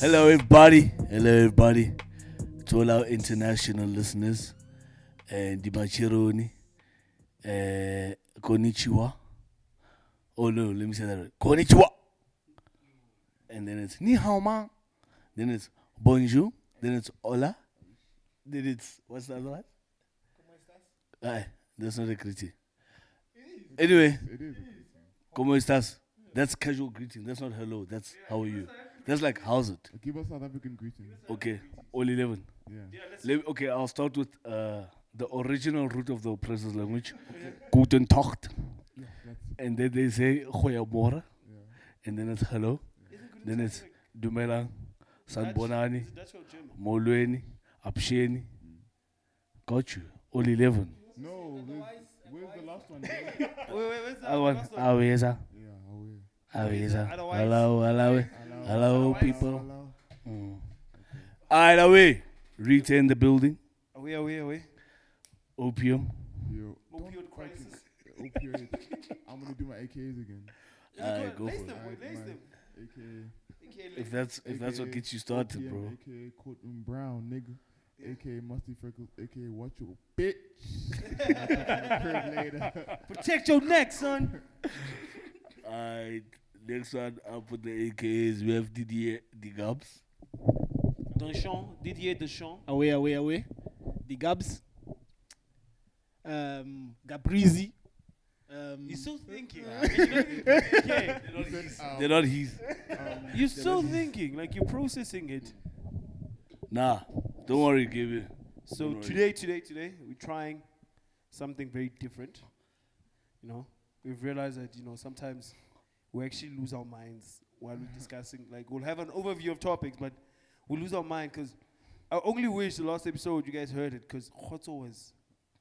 Hello, everybody. Hello, everybody. To all our international listeners, uh, Dibachironi, uh, Konnichiwa. Oh, no, let me say that. right. Konnichiwa. And then it's Ni hao ma. Then it's Bonjour. Then it's Hola. Then it's, what's the other one? Aye, that's not a greeting. Anyway, Como estas? That's casual greeting. That's not hello. That's how are you. That's like how's it? Give us South African greetings. Okay, all 11. Yeah. Let, okay, I'll start with uh, the original root of the oppressor's language, Guten Tag. And then they say Goeiemorgen. And then it's hello. Then it's Dumelang, Sanbonani, That's your German. Molweni, Apsheni. Got you. All 11. No, where's, where's the last one? Wait, wait, where's the I want last one? Aweza, yeah, how we? Aweza. Otherwise- Hello, hello, Hello. hello, people. Mm. Hello. Either way, Rita in the building, Away, away, away. opium. Yo, don't Opioid crack crisis. it. Opioid. I'm gonna do my AKAs again. Aye, go lace for it. them, boy, Alright, lace man. them. AKA. Okay, If lace- that's if that's what AKA gets you started, OPM, bro. AKA Courtroom Brown, nigga. Yeah. AKA Musty Freckles. AKA Watch Your Bitch. Curb later. Protect your neck, son. Alright, next one I'll put the AKs. We have Didier Digabs. Deschamps, Didier Deschamps. away, away, away. The Gabs. Um, Gabrizi. Um, You're still thinking. You're not even- okay. Ah. Um, They're not his. um, You're still thinking, like you're processing it. Nah, don't worry, Gabriel. So Right. today, today, today, we're trying something very different. You know, we've realized that you know sometimes we actually lose our minds while we're discussing. Like we'll have an overview of topics, but we lose our mind because I only wish the last episode you guys heard it because Khoto was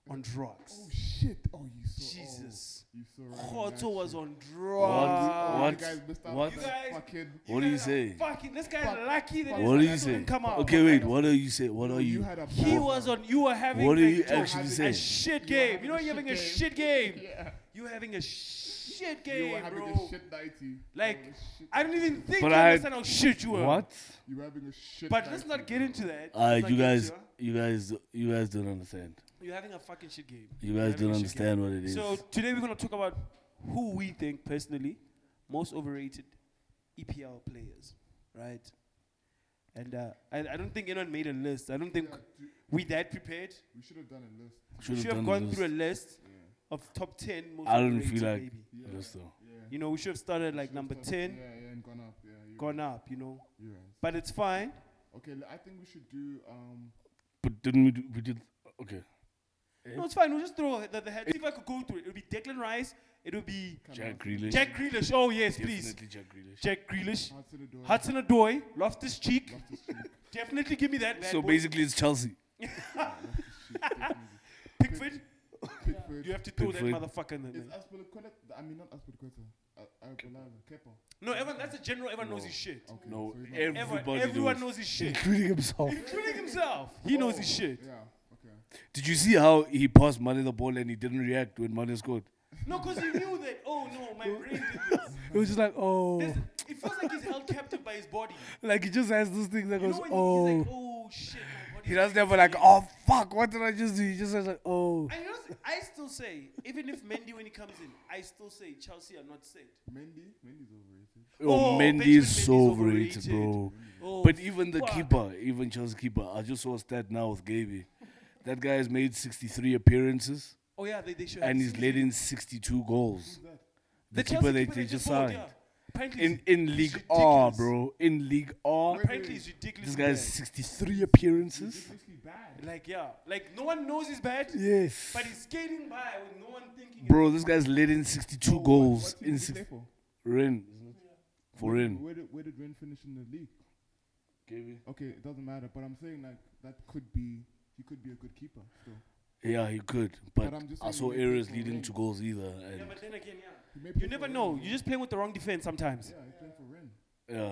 on drugs. oh shit! Oh, you saw. Jesus, Oh, you saw. right on that Khoto was shit. on Oh, drugs. What? You guys missed out What? on You that guys- fucking- What do you guys are say? Fucking, this guy's Fuck. lucky that What do this you didn't say? Come out. Okay, wait. What are you say? What No, are you? had a He ball. was on. You were having. What are a- you Joe, actually having saying? A shit You were game. You know, you're having having a a shit game. Yeah. You're having a shit You were game, having bro. a shit night. you- Like, you were shit- I don't even think But you I- understand how shit you were. What? you were having a shit. But night, let's you. not get into that. Let's Alright, not you get guys, into it. you guys, you guys don't understand. You're having a fucking shit game. You You're guys having don't a shit game. understand what it is. So today we're gonna talk about who we think personally most overrated EPL players, right? And uh, I, I don't think anyone made a list. I don't think we that prepared. We should have done a list. We Should've should have done gone this. through a list of top ten most I don't overrated. feel like maybe. Yeah. this though. Yeah. You know, we should have started like Should've number started- ten, Yeah, yeah, and gone up. Yeah, you're gone right. up. You know, You're right. but it's fine. Okay, l- I think we should do. Um, But didn't we? Do, we did. Okay. Eh? No, it's fine. We'll just throw the, the head. If I could go through it, it'll be Declan Rice. It'll be Jack Grealish. Jack Grealish. Oh yes, please. Definitely Jack Grealish. Jack Grealish. Hearts to the door. Hudson Odoi, Loftus Cheek. Left is cheek, left Definitely give me that. bad So boy. basically, it's Chelsea. is cheek, definitely. Pickford. Pickford. You have to throw that Pickford. motherfucker in Is there. Aspilicueta- I mean, not Aspilicueta. Uh, Arbolada. Kepa. No, everyone. That's a general. Everyone knows No. his shit. Okay, No, so he's not- every- Everyone, Everybody everyone knows. knows his shit, including himself. including himself. He knows his Oh, shit. Yeah. Okay. Did you see how he passed Mane the ball and he didn't react when Mane scored? No, because he knew that. Oh no, my brain did this. It was just like, oh, There's- It feels like he's held captive by his body. like he just has this thing that You know goes, when oh. he's like, oh shit, my body. he doesn't ever like, oh fuck, what did I just do? He just says like, oh. I, just, I still say, even if Mendy when he comes in, I still say Chelsea are not saved. Mendy. Mendy's overrated. Oh, Oh, Mendy Benjamin is Mendy's so overrated, overrated. bro. Oh, But even the fuck. keeper, even Chelsea keeper, I just saw a stat now with Gaby. That guy has made 63 appearances Oh yeah, they, they should. have and he's seen led it. in 62 goals. that? The, Chelsea keeper they, they that just bought, signed. yeah. Apparently, In, it's- in it's League R, ridiculous. bro. In League R. Apparently, it's ridiculous. This guy's bad. 63 appearances. Seriously bad. like yeah, like no one knows he's bad, Yes. but he's skating by with no one thinking. it's- Bro, this guy's led in 62 Oh What- goals what team in did he six. play for? Ren. For Ren. Where did where did Ren finish in the league? Okay, it doesn't matter. But I'm saying like that could be he could be a good keeper. Still, Yeah, he could. But But I'm just I saying saw when he played errors for leading Ren- to goals either. Yeah, And but then again, yeah. He may You play never for know. Ren. You're just playing with the wrong defense sometimes. Yeah, he played for Ren.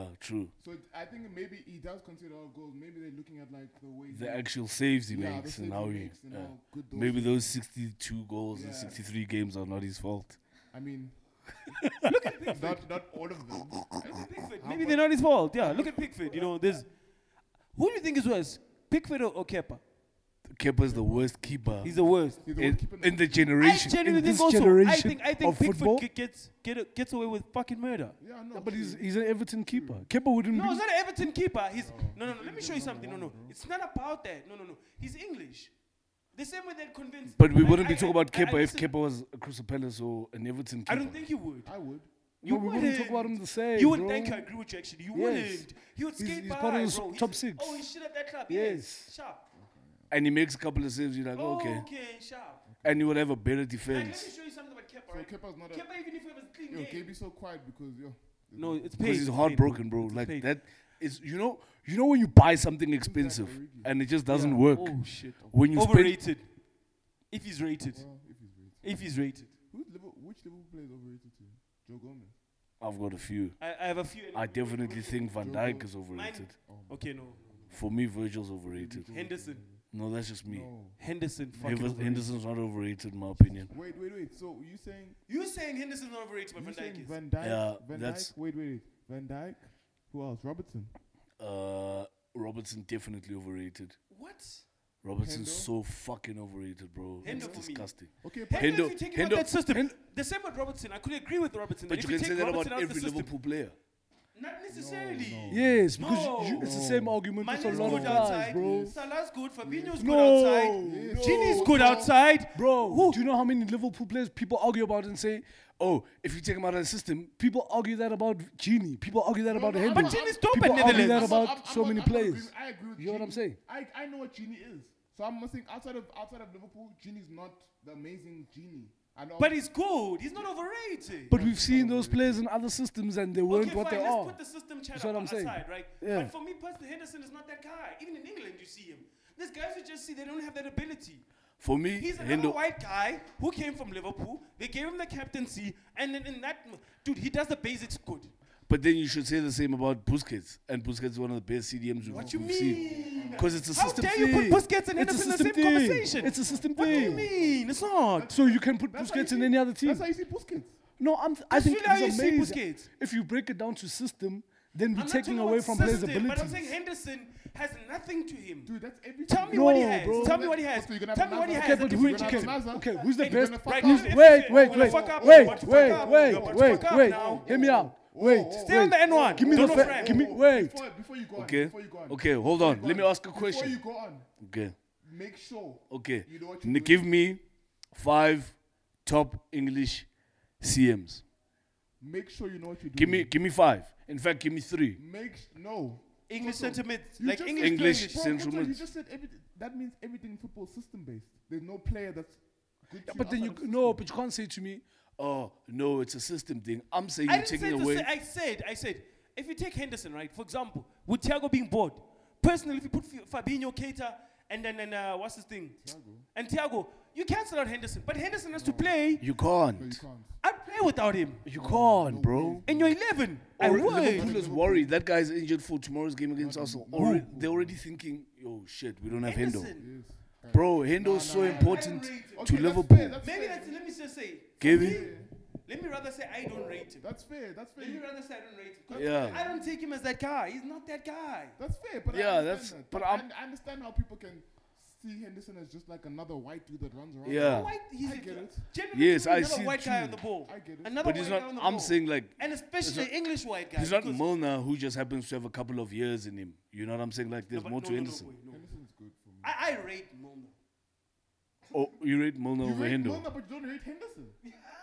yeah, true. So it- I think maybe he does consider all goals. Maybe they're looking at like the way The actual saves he yeah, the makes saves and how he. makes and yeah. how good those Maybe are. those 62 goals in Yeah. 63 games are not his fault. I mean, not, not all of them. Pickford. Maybe they're not his fault. Yeah, look at Pickford. You know, there's. Who do you think is worse, Pickford or, or Kepa? Kepa's the worst keeper He's the worst. He's the one in, keeping in the I generation. genuinely in think this also. I generation think I think of Pickford football- g- gets get, gets away with fucking murder. Yeah, no. Yeah, but he's, true. he's an Everton keeper. Kepa wouldn't No, be. it's not an Everton keeper. He's Oh. no, no, no. Let me show you something. No, no, it's not about that. No, no, no. He's English. The same way they're convinced. But we Like, wouldn't be I- talking I- about I- I Kepa if listen- Kepa was a Crystal Palace or an Everton keeper. I don't think you would. I would. You No, we wouldn't talk about wouldn't. him the same. You wouldn't. bro. Thank you. I agree with you. Actually, you Yes. wouldn't. He would He's- skate he's by. part of the bro. s- top He's- six. Oh, he's shit at that club. Yes. Sharp. And he makes a couple of saves. You're like, Oh, okay. Okay. Sharp. And you would have a better Like, let defense me show you something about Kepa. So Right? Kepa's not Kepa, even if he was a clean a. Yo, game. KB so quiet because yo. No, it's paid. because he's It's paid, heartbroken, bro. It's Like paid. that is you know you know when you buy something expensive and it just doesn't work. Oh shit. When you spend Overrated. If he's rated. Well, if he's rated. If he's rated. Who's Liverpool, which Liverpool player is overrated to? you? Joe Gomez. I've got a few. I, I have a few. I definitely think Van Dijk is overrated. Okay, no. For me, Virgil's overrated. Henderson. No, that's just me. No. Henderson. Fucking Henderson- overrated. Henderson's not overrated, in my opinion. Wait, wait, wait. So you saying You saying Henderson's not overrated, but you Van Dijk saying is. Van Dijk? Yeah, Van that's- Dijk. Wait, wait, wait. Van Dijk. Who else? Robertson. Uh, Robertson definitely overrated. what? Robertson's Hendo? so fucking overrated, bro. Hendo It's for me. disgusting. Okay, but Hendo, Hendo- if you take him out Hendo- that system. Hendo- the same with Robertson. I could agree with Robertson. But if you can take say that Robertson about out of the every system- Liverpool player. Not necessarily. Yes, because you- No. you, it's the same argument Mane's with a lot good of guys, outside. bro. Salah's good. Fabinho's No. good outside. Yes. Gini's No. good outside. Bro, Who? do you know how many Liverpool players people argue about and say, oh, if you take him out of the system, people argue that about Genie. People argue that about no, Henry. but Gini's dope at people argue Netherlands. that I'm about I'm- I'm so not- many I'm not players. agreeing- I agree with You know what I'm Genie. saying? I, I know what Genie is. So I'm saying outside of outside of Liverpool, Genie's not the amazing Genie. I know. But he's good. He's not overrated. But we've seen those players in other systems and they weren't okay, what fine, they let's are. put the system chat what up- I'm saying. aside, right? Yeah. But for me personally, Henderson is not that guy. Even in England, you see him. There's guys who just see they don't have that ability. For me, He's another Hendo, white guy who came from Liverpool. They gave him the captaincy, and then in that, dude, he does the basics good. But then you should say the same about Busquets. And Busquets is one of the best CDMs we've, What you we've seen. mean? Because it's a How system dare thing. you put Busquets and It's a Henderson in the system same thing. conversation? It's a system what do you thing. mean? It's not. So you can put That's how you Busquets in see- any other team. That's how you see Busquets. No, I'm th- I That's think really how it's you see amazing. Busquets. If you break it down to system, then we're I'm not taking talking away about from players' system, ability. But I'm saying Henderson has nothing to him. Dude, that's everything. Tell me No, what he has. bro. Tell me what he has. So you're gonna have Tell me what he another- has. that Okay, but differentiates who, different okay, teams. okay, who's the And you're best? gonna fuck Who's, up. wait, You're wait, gonna wait, fuck up. wait, You're about to wait, fuck up. You're wait, about to wait, fuck up wait. now. Hear me out. Wait, Stay on wait. the N1. Give me the Donald fa- Frank. give me wait. Before, before you go on. Okay. Before you go on. Okay, hold Before on. you go Let me ask a Before you question. go on, Okay. make sure. Okay. You know what N- you're give me five top English CMs. Make sure you know what you're doing. Give me give me five. In fact, give me three. Make s- no. English Toto, sentiment, you like just English, said- English Bro, central Toto, You mid. just said everything. That means everything in football is system based. There's no player that's. Good to But then you outside of no, system. but you can't say to me, Oh no, it's a system thing. I'm saying I you're didn't say taking to away. say, I said, I said, if you take Henderson, right, for example, with Thiago being bored, personally, if you put F- Fabinho, Keita, and then and, uh, what's his thing? And Thiago, you cancel out Henderson, but Henderson has to play. you can't. You can't. I'd play without him. You can't, bro. In your 11, I Or would. Liverpool is worried. That guy's injured for tomorrow's game against Arsenal. Already, they're already thinking, "Yo, shit, we don't have Hendo." Henderson. Bro, Hendo is so important Underrated. to Okay, that's fair, Liverpool. that's Maybe fair. that's, let me just say, Give me, it. let me rather say I don't rate him. That's fair. That's fair. Let me rather say I don't rate him. 'cause Yeah. I don't take him as that guy. He's not that guy. That's fair. But Yeah, I understand that's- That. but I, I'm- I understand how people can see Henderson as just like another white dude that runs around. Yeah. White, he's I get a, it. generally Yes, he's I another see it white guy too. on the ball. I get it. Another But white he's guy not. on the I'm ball. saying like and especially not- English white guys. he's not because- Milner, who just happens to have a couple of years in him. You know what I'm saying? Like No, there's but more no, to no, no, Henderson. wait, no. Henderson's good for me. I, I rate Milner. Oh, you rate Milner You over rate Hendo? Milner, but you don't rate Henderson.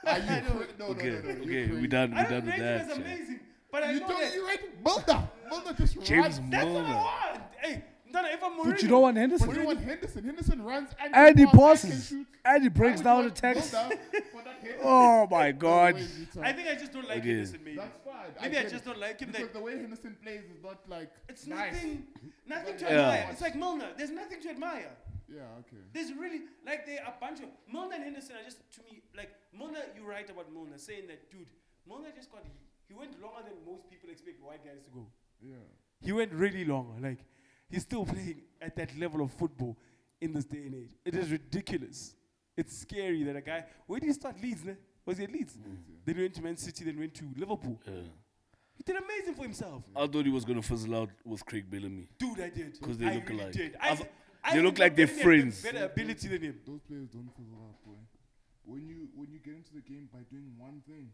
Are you cra- no, no, okay, no, no, you're okay, we crazy. done. We I done don't rate with him that. as yeah. amazing, but I You know don't. that. You rate Milner. Milner just James runs. That's what I Milner. want. Hey, no, no, if I'm Mourinho, but you don't But want you Henderson. want Henderson. Henderson runs and, And he can pass and passes. can shoot. And he breaks I down would want attacks. Milner for that Henderson. Oh my No God. way, Vitor. I think I just don't like Okay. Henderson. Maybe That's fine. maybe I get just it. don't like him. Because that- the way Henderson plays is not like. it's nice. nothing, nothing to Yeah. admire. It's like Milner. There's nothing to admire. Yeah. Okay. There's really like they are a bunch of Milner and Henderson are just to me like Milner. You're right about Milner saying that, dude. Milner just got he went longer than most people expect white guys to go. Yeah. He went really long. Like he's still playing at that level of football in this day and age. It is ridiculous. It's scary that a guy. Where do you start Leeds? Ne? Was he at Leeds? Then he went to Man City, then went to Liverpool. He did amazing for himself. I thought he was gonna fizzle out with Craig Bellamy. Dude, I did. 'Cause they I look really alike. Did. I've- s- I they think look like they're Bellamy had better- friends. Better ability than him. Those players don't fizzle out, boy. When you when you get into the game by doing one thing,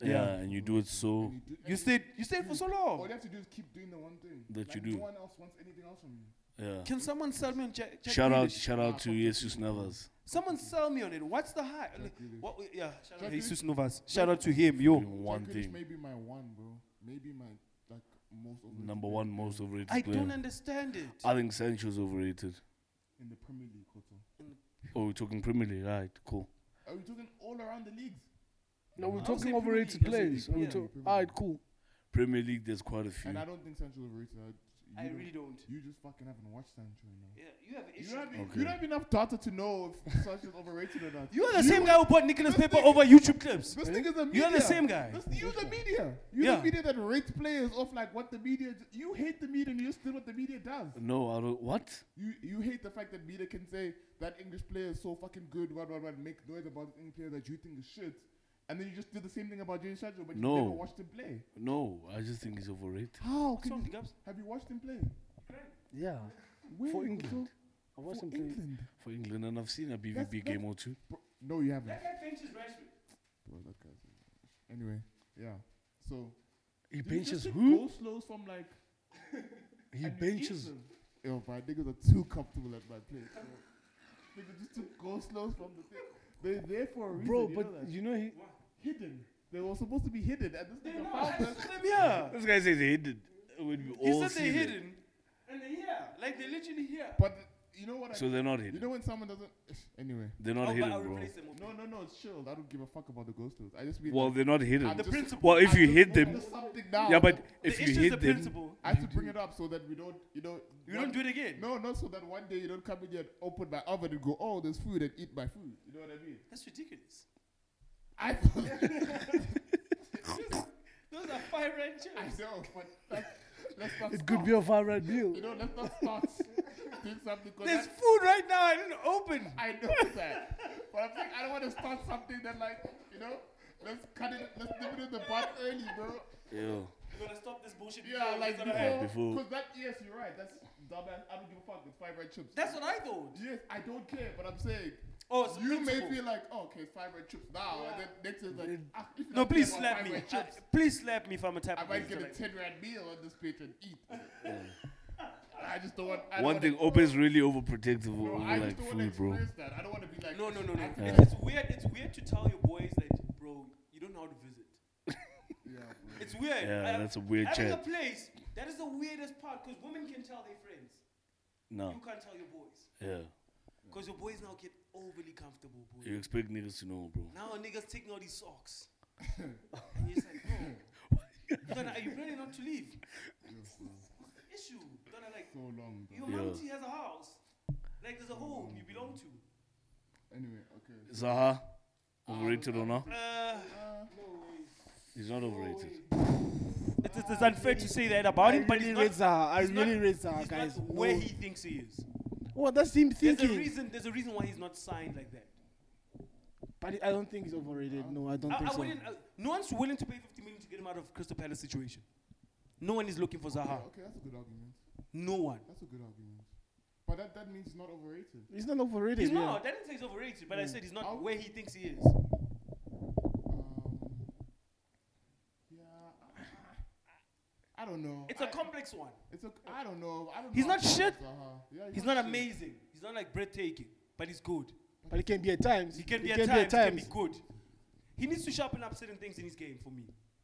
Yeah. and you do it so and you, do, and You stayed, you stayed for so all long. you have to do is keep doing the one thing. That like you do. No one else wants anything else from you. yeah. Can someone sell me on Jack? Jack Shout out, Grealish? shout out to Jesus Navas. Someone sell me on it. What's the high? Like, Grealish. what, we- yeah, shout out Jack Jesus Novas. Shout out to him, yo. Doing One Jack Grealish thing, may be my one, bro. Maybe my like most overrated number player one most overrated I player. don't understand it. I think Sancho's overrated. in the Premier League. Koto. Oh, we're talking Premier League, right? Cool. Are we talking all around the leagues? No, we're I'll say talking Premier overrated League, I'll say players. Premier We're League. talk- Premier all right, League. cool. Premier League, there's quite a few. And I don't think Sancho overrated. I, I you don't- really don't. You just fucking haven't watched Sancho enough. Yeah, you have You issues. don't, have, Okay. you don't have enough data to know if Sancho's overrated or not. You are the same guy who bought Nicholas this Pepe nigga- over YouTube clips. This nigga's the media. You are the same guy. This, you're the media. You're Yeah. the media that rates players off like what the media. You hate the media and you're still what the media does. No, I don't. What? You you hate the fact that media can say that English player is so fucking good, what what what, make noise about the English player that you think is shit, and then you just do the same thing about Jadon Sancho, but No. you never watched him play. No, I just think he's overrated. How What's can wrong, you, Gabs? have you watched him play? Yeah. When? For England. For I watched him play. England. for England, and I've seen a BVB That's- game or two. Bro, no, you haven't. That guy benches Rashford. Bro, that guy's a- Anyway, yeah. So He Dude, just benches took who? goal slows from like He and you eat benches. them. Yo, my niggas are too comfortable at my place. bro. niggas just took goal slows from the thing. They're there for a reason. Bro, you but know that. you know he. hidden. They were supposed to be hidden, and this They're nigga not. I found them. saw them here. This guy says they hidden. When we He all said see they're them. hidden, and they're here. Like they're literally here. But you know what? I, So they're not you hidden. know when someone doesn't. Anyway. They're not I'll, hidden, Oh, I'll bro. replace them. with- No, no, no. It's chilled. I don't give a fuck about the ghost stories. I just mean Well, like, they're not hidden. I The just- principle. well, if I you just hit them, noticed something now. yeah, but The if issue you is the hit them, principle. I have to bring it up so that we don't, you know. You don't do it again. No, not so that one day you don't come in here and open my oven and go, oh, there's food and eat my food. You know what I mean? That's ridiculous. I Those are fire red I chairs. know, but let's, let's not It start. could be a far right meal. You know, let's not start doing something. 'cause There's that- food right now. I didn't open. I know that. But I'm like, I don't want to start something that, like, you know, let's cut it, let's nip it in the bud early, bro. yeah. You gotta stop this bullshit. Yeah, before like, it's gonna happen. Before- before. Because that, yes, you're right. That's dumbass. I don't give a fuck. It's five red chips. That's what I thought. Yes, I don't care, but I'm saying. Oh, it's a you may principle. feel like, oh, okay, it's five red chips now. And then next is like, ah, if you No, don't care please about slap five me. red chips, I- please slap me if I'm a type I, of might get person a like- 10 rand meal on this page and eat. I just don't want. I don't One wanna- thing, Opa is really overprotective Bro, over I just like don't want to food, bro. experience that. I don't want to be like. No, no, no, no. I- It's, it's weird. It's weird to tell your boys that, bro, you don't know how to visit. Yeah, bro. It's weird. Yeah, that's a weird Having chat. a place that is the weirdest part because women can tell their friends. No, You can't tell your boys yeah. because your boys now get overly comfortable. Boy. You expect niggas to know, bro. Now a niggas taking all these socks, and it's like, bro, you're gonna, are you planning not to leave? Issue. You're gonna like So long, bro. your Yeah. mountie has a house, like there's a home you belong to. Anyway, okay. Zaha, overrated or not? Uh, He's not overrated. It's, it's, it's unfair to say that about him, but really he's rate not, Zaha. I he's not- really rate Zaha, he's guys. not where No. he thinks he is. Well, that's him There's a thinking. reason. There's a reason why he's not signed like that. But I don't think he's overrated. No, I don't Uh, I, think I so. wouldn't. I, no one's willing to pay 50 million to get him out of Crystal Palace situation. No one is looking for Zaha. Okay, that's a good argument. No one. That's a good argument. But that, that means he's not overrated. He's not overrated. He's yeah. not. I didn't say he's overrated, but I said he's I'll- not where he thinks he is. Um, yeah. I, I don't know. It's a I- complex one. It's a. I don't know. I don't He's know not how to shit. talk about Zaha. Yeah, He's not shit. amazing. He's not like breathtaking, but he's good. But it can be at times. He can be It at times. He can be good. He needs to sharpen up certain things in his game for me.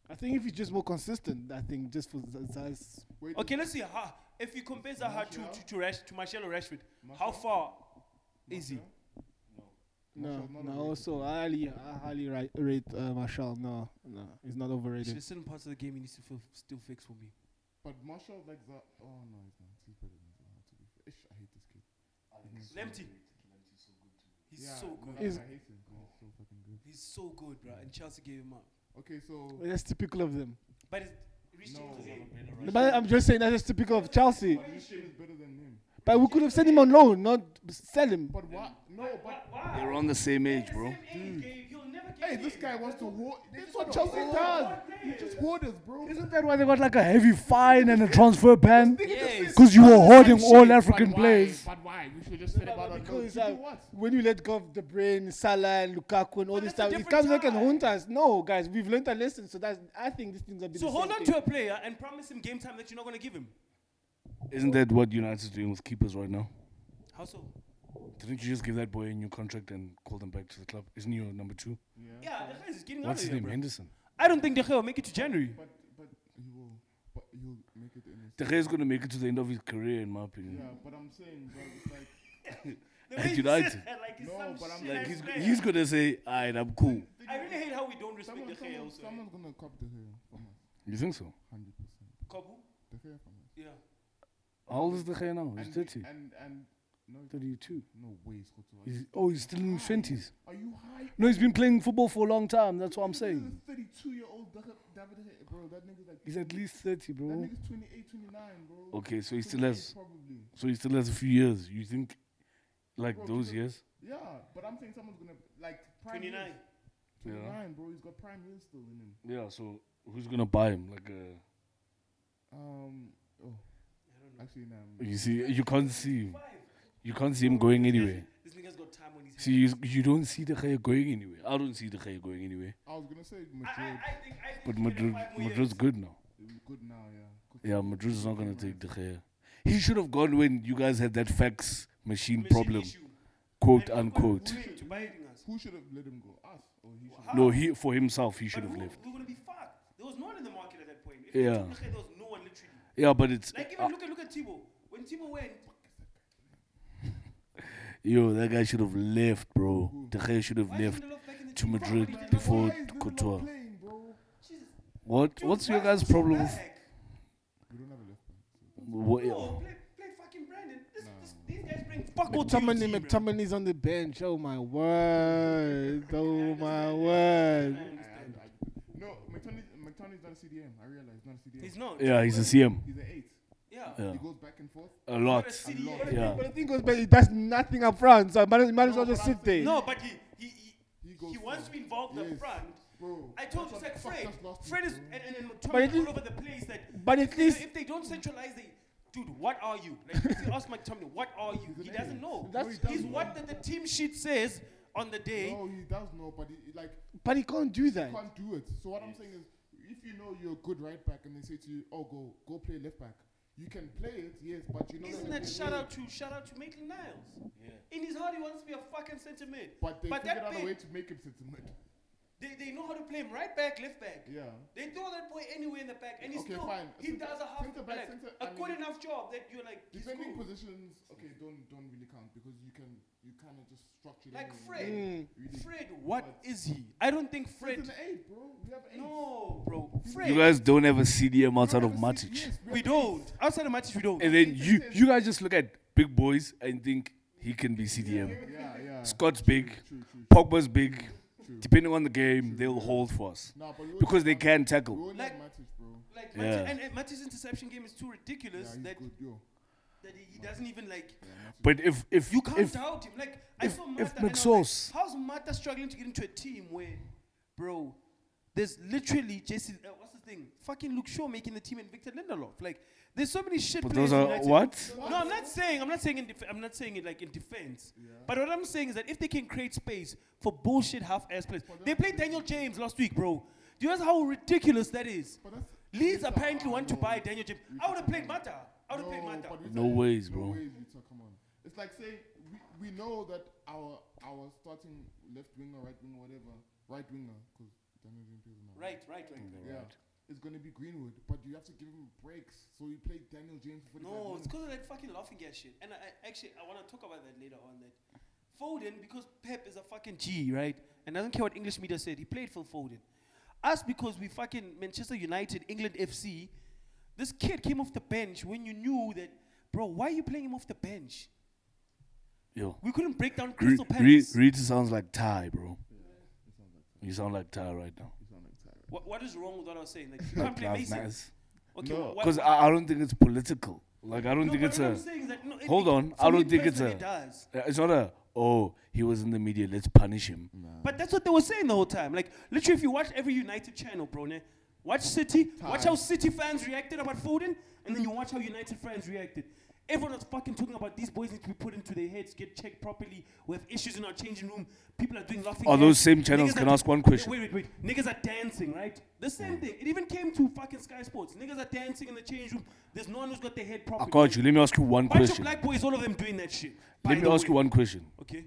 I think if he's just more consistent, I think just for Z- Zaha's. Wait, Okay, let's see. How, if you compare Zaha to to to, Rash, to Marcelo Rashford, how Martial? far is he? No, Martial's not no. overrated. Also, I highly, I highly ri- rate uh, Marshall. No, no, he's not overrated. There's certain parts of the game he needs to feel, still fix for me. But Marshall like that. Oh no, he's not. He's better than Zaha. To be fair, Ish, I hate this kid. Lamptey. He's Yeah, so no, good. that's He's- why I hate him. bro. He's so fucking good. He's so good, bro. And Chelsea gave him up. Okay, so That's typical of them. But it's it reached No. him today. But I'm just saying that's just typical of Chelsea. Christian is better than him. But we could have sent him on loan, not sell him. But what? No, but Why? They're on the same They're age, the bro. same age, Gabe. You'll never get Hey, this guy wants to hoard. That's what Chelsea does. You just hoarders, bro. Isn't that why they got like a heavy fine and a transfer ban? Yes. Because you were hoarding Shit, all but African why? players. But why? We should just sit about our Because goals. uh, You do what? when you let go of the brain, Salah and Lukaku and all this that's a stuff, it different comes back and time. haunt us. No, guys, we've learned a lesson. So that's I think these things are. So hold on to a player and promise him game time that you're not going to give him. Isn't that what United's doing with keepers right now? How so? Didn't you just give that boy a new contract and call them back to the club? Isn't he your number two? Yeah, the guy is getting What's out his of here. name? bro. Henderson. I don't think De Gea will make it to January. But but you will. But you'll make it in. this- The guy's going to make it to the end of his career, in my opinion. Yeah, but I'm saying, bro, it's like. The At way he United. said that, like, it's No, some but I'm shit like, ass He's, player. he's going to say, all right, I'm cool. I really hate how we don't respect Someone, De Gea someone, also. someone's gonna cop the hair from us, You think so? hundred percent. Kobu? The hair from us. Yeah. How old is the guy now? He's And 30. And and no, 32. no way, Scotu. Are, He's, you- oh, he's still in his 20s. are you high? No, he's been playing football for a long time. That's what I'm This saying. is a 32 year old David Hair, bro. That nigga's like. He's at least 30, that bro. nigga's 28, 29, bro. Okay, so he still 28 has, Probably. so he still has a few years. You think, like Bro, those because- years? Yeah, but I'm saying someone's gonna like prime. 29. years. 29, bro. He's got prime years still in him. Yeah. So who's gonna buy him? Like, uh, Um. Oh. Actually, nah. I'm- you see, you can't see him. You can't see him going anywhere. This nigga's got time on his hands. See, you, you don't see the guy going anywhere. I don't see the guy going anywhere. I was gonna say I, I, Madrid. I think, I think But he's gonna Madrid, five more Madrid's years. good now. Good now, yeah. Good Yeah, Madrid's not gonna take the guy. He should have gone when you guys had that fax machine Machine problem, issue. quote And we unquote. were ruined by hitting us. Who should have let him go? Us or he should? No, he for himself he should But have we- left. We would have been fucked. There was no one in the market at that point. If you Yeah. took De Gea, there was no one literally. Yeah, but it's Like even uh, look at look at Thibaut. When Thibaut went, yo that guy should have left, bro. The guy should have why didn't left they look back in the to team? Madrid Probably did not before want- Why is Liverpool not Couture. playing, bro? Jesus, What? dude, What's your why guys' is he problem with? back? We don't have a left back. What, No, play, play fucking Brandon. This, this, these guys bring fuck all to your McTominay, team, bro. McTominay's on the bench. Oh my word! Oh my word! And I, no, McTominay, McTominay's not a CDM. I realize not a CDM. He's not. yeah, he's a CM. He's an eight. Yeah. Yeah, He goes back and forth. a lot. But a CD lot. Yeah. But the thing was, but he does nothing up front, so I might, might as well just sit there. No, but he he he, He he, goes wants for- to be involved up Yes. front. Bro, I told you, that's it's what like Fred. fucked us last Fred week, is bro. and, and, and But McTominay it is- all over the place. That but at if, least- if they don't centralize, they dude, what are you? Like if you ask McTominay, what are you? He doesn't know. That's- he's what the, the team sheet says on the day. No, he does know, but he, like But he can't do he that. can't do it. So what I'm saying is, if you know you're a good right back, and they say to you, "Oh, go, go play left back," you can play it, yes, but you know. Isn't that shout out to shout out to Maitland Niles? Yeah. In his heart, he wants to be a fucking centre mid. But they but figured that out a bit- way to make him sit in mid. They, they know how to play him right back, left back. Yeah. They throw that boy anywhere in the back, and he's Okay, still fine. he Centre- does a half centre back, like, centre- a I good mean- enough job that you're like he's Defending cool. positions, okay, don't don't really count because you can you kind of just structure. them Like and Fred. Mm. Really. Fred, what But- is he? I don't think Fred's Fred. an eight, bro. We have eight. No, bro. Fred. You guys don't have a CDM We don't outside of have a six- Matic, yes, we have don't. Outside of matches, we don't. and then you you guys just look at big boys and think he can be CDM. eight. Yeah, yeah. Scott's big, True, true. Pogba's big. Depending on the game, they'll hold for us Nah, but we only because they have- can We tackle. only Like- have Matic, bro. Like Yeah. Mati- and, and Mati's interception game is too Yeah, ridiculous he's that good, yo. that he, he doesn't even like. But if if You can't if doubt him. Like I if- saw if Mata and I was McSauce- like, how's Mata struggling to get into a team where, bro, there's literally Jesse. Uh, what's the thing? Fucking Luke Shaw making the team and Victor Lindelof. Like there's so many shit. but players those in are United. what? No, I'm not saying. I'm not saying. In def- I'm not saying it like in defense. But what I'm saying is that if they can create space for bullshit half-ass players, they played Daniel James last week, bro. Do you guys how ridiculous that is? But that's Leeds Wita, apparently ah, want to no. buy Daniel James. I would have played Mata. I would have played No, Mata. but Wita No is- ways, no bro. ways, Wita, come on. It's like say we, we know that our our starting left winger, right winger, whatever, right winger, because Daniel James plays now. Right, right, right. right. Yeah. It's gonna be Greenwood, but you have to give him breaks. So you play Daniel James for 45 No, it's minutes. because of that fucking laughing gas shit. And I, I actually I want to talk about that later on. That Foden, because Pep is a fucking G, right, and doesn't care what English media said. He played for Foden. Us because we fucking Manchester United, England FC. This kid came off the bench when you knew that, bro. Why are you playing him off the bench? Yo, We couldn't break down Re- Crystal Re- Palace. Reed sounds like Ty, bro. You sound like Ty right now. Wha- what is wrong with what I was saying? Like you can't play Like, Mason. nice. Okay, No. wha- Because I, I don't think it's political. Like I don't no, think but it's what a. I'm saying is that, no, it- uh, Hold it- on, uh, for I me don't think it's personally a- It does. Uh, It's not a oh, he was in the media, let's punish him. But that's what they were saying the whole time. Like, literally, if you watch every United channel, bro, ne, watch City, watch how City fans reacted about Foden, and then you watch how United fans reacted. Everyone was fucking talking about these boys need to be put into their heads, get checked properly. We have issues in our changing room. People are doing laughing. Are those gas. same channels Niggas can are ask da- one question? Mm. Wait, wait, wait. Niggas are dancing, right? The same thing. It even came to fucking Sky Sports. Niggas are dancing in the change room. There's no one who's got their head I properly. got you. Let me ask you one Bunch question. of black boys, all of them doing that shit. by Let me the ask way. you one question. Okay,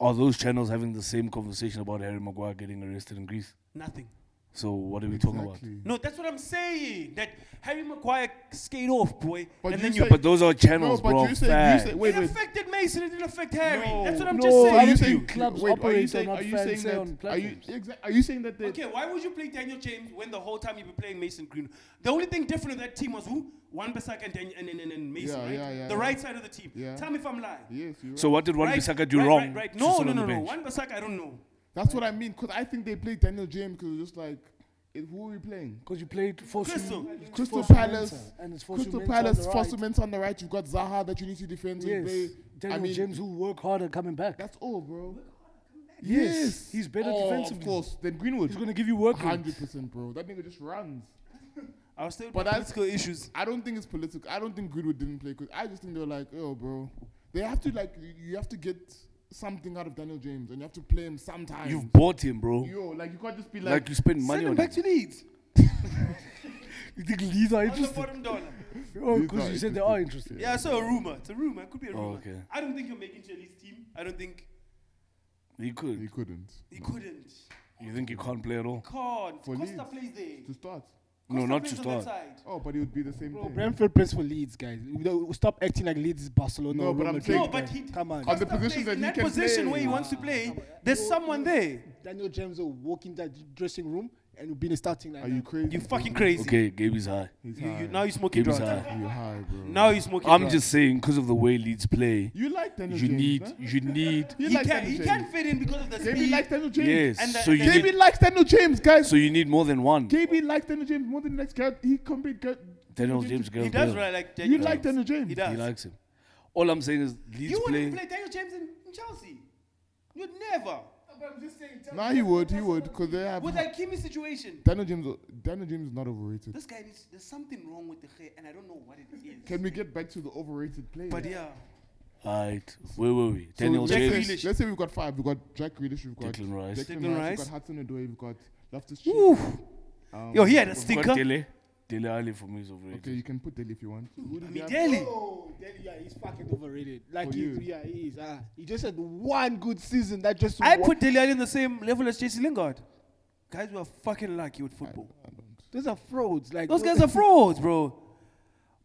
Are those channels having the same conversation about Harry Maguire getting arrested in Greece? nothing. So what are we talking Exactly. No, that's what I'm saying. That Harry Maguire skate off, boy. But and you then said- about? But those are channels, No, but bro. you said, you facts. said, Wait, wait, it wait. affected Mason. It didn't affect Harry. No, that's what I'm no, just I Are saying. you think saying clubs wait, are you operate saying on are you what saying fans say that on are you platforms. exa- are you saying that the Okay, why would you play Daniel James when the whole time you've been playing Mason Green? The only thing different with that team was who? Wan Bissaka and, Dan- and, and, and, and Mason, Yeah, right? yeah, yeah, the yeah. right side of the team. Yeah. Tell me if I'm lying. Yes, you're right. So what did Wan right, Bissaka do right, wrong? Right, right. to No, sit no, on no, the no. bench? Wan Bissaka, I don't know. That's what I mean. Because I think they played Daniel James because it's just like, it, who are we playing? Because you played for Crystal. Crystal Fosu Palace- Mensah, and it's Fosu Crystal Mensah on Palace, the Fosu right. Mensah on the right. You've got Zaha that you need to defend. So you Yes, play- Daniel I mean, James will work harder coming back. That's all, bro. Yes, he's better oh, defensively. Of course, then Greenwood. He's gonna give you work. rate. Hundred percent, bro. That nigga just runs. I was still But with that's- political issues. I don't think it's political. I don't think Greenwood didn't play good. I just think they're like, oh, bro. They have to like, you- you have to get something out of Daniel James, and you have to play him sometimes. You've bought him, bro. Yo, like you can't just be like, like you spend money Send him on back him. to Leeds. you think Leeds are On the interested? bottom dollar. Oh, Leeds because are you said they are interested. Yeah, I saw a rumor. It's a rumor. It could be a Oh, rumor. okay. I don't think you're making Chelsea's team. I don't think He could. he couldn't he couldn't. You think he can't play at all? Can't. For Costa Leeds. plays there. to start. No, Costa not plays to on that start. side. Oh, but it would be the same Bro, thing. Brentford plays for Leeds, guys. We don't- Stop acting like Leeds is Barcelona. No, or but Real I'm Madrid, saying- No, Big but guys. he Come on. On the Costa positions plays that in he that can position play. where he wants to play, there's someone there. Daniel James will walk in that dressing room and will be in the starting line. Are you crazy? You fucking crazy. Oh, Okay, Gaby's high. He's You, high. you, now you smoking Gaby's drugs. high. You're high, bro. Now you smoking I'm drugs. just saying because of the way Leeds play, you like Daniel you James? need huh? you need You He like can't. Daniel He James. can't fit in because of the Gaby speed. likes Daniel James. yes. And the- so you and the- Gaby need, likes Daniel James, guys. so you need more than one. Gaby likes Daniel James more than the next guy. He compared Ga- Daniel James. he Gareth does Bale. really like Daniel. You like Daniel James. He does. He likes him. All I'm saying is Leeds you play. wouldn't play Daniel James in, in Chelsea. You'd never. Nah, he would. He would. Cause they have With that Kimi situation, Daniel James. Daniel James is not overrated. this guy needs. There's something wrong with the hair, and I don't know what it is. Can we get back to the overrated players? But yeah, All right, where were we? Daniel let's Jack James. Say, Grealish. let's say we've got five. We've got Jack Grealish. We've got Declan Rice. Declan Declan Rice. Rice. We've got Hudson Odoi. We've got Loftus Cheek. Um, Oof. yo, he had a We've stinker. got Dele. Dele Alli for me is overrated. Okay, you can put Dele if you want. Who did I we mean, have? Daly. Oh, then, yeah, he's fucking overrated. Like, For he, you. yeah, he is. Ah, he just had one good season that just. I wa- put Dele Alli in the same level as JC Lingard. Guys were fucking lucky with football. Those are frauds. Like Those guys are frauds, bro.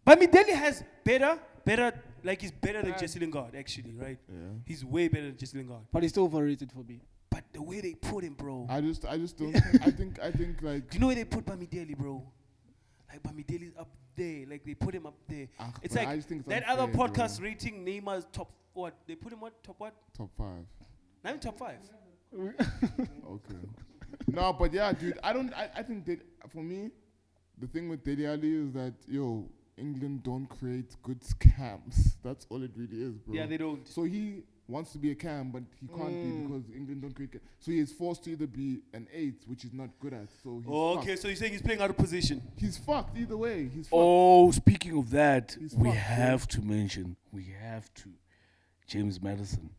But I mean, Dele has better, better, like he's better than Jesse Lingard, actually, right? Yeah. He's way better than Jesse Lingard. But he's still overrated for me. But the way they put him, bro. I just, I just don't. I think, I think like Do you know where they put Bamideli, bro? Like Bamideli's up there. Like they put him up there. Ah, it's but like I just think it's that unfair, other podcast bro. rating Neymar's top what? They put him what? Top what? top five. Not even top five. Okay. no, but yeah, dude, I don't. I, I think that for me, the thing with Dele Alli is that yo, England don't create good scams. That's all it really is, bro. Yeah, they Mm. don't. So he wants to be a cam, but he can't be because England don't create. Ca- so he is forced to either be an eight, which he's not good at. So he's Oh, fucked. okay, so you're saying he's playing out of position. He's fucked either way. He's fucked. Oh, speaking of that, He's we fucked, bro. have to mention, we have to, James Madison.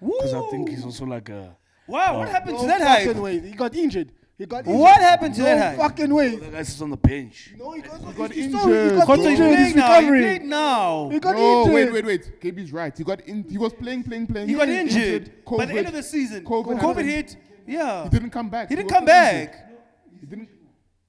Because I think he's also like a. Wow, what Oh. happened to No that fucking hype? way. He got injured. He got injured. What happened to no that hype? fucking way. That guy sits on the bench. No, he got, got he's injured, still- He got bro. Kotso, he's injured. He's playing now. He recovering. played now. He got no, injured. wait, wait, wait. KB's right. He got in. He was playing, playing, playing. He got was injured. By the COVID. end of the season, COVID when COVID happened. hit, yeah. He didn't come back. He didn't was come still injured. back. He didn't.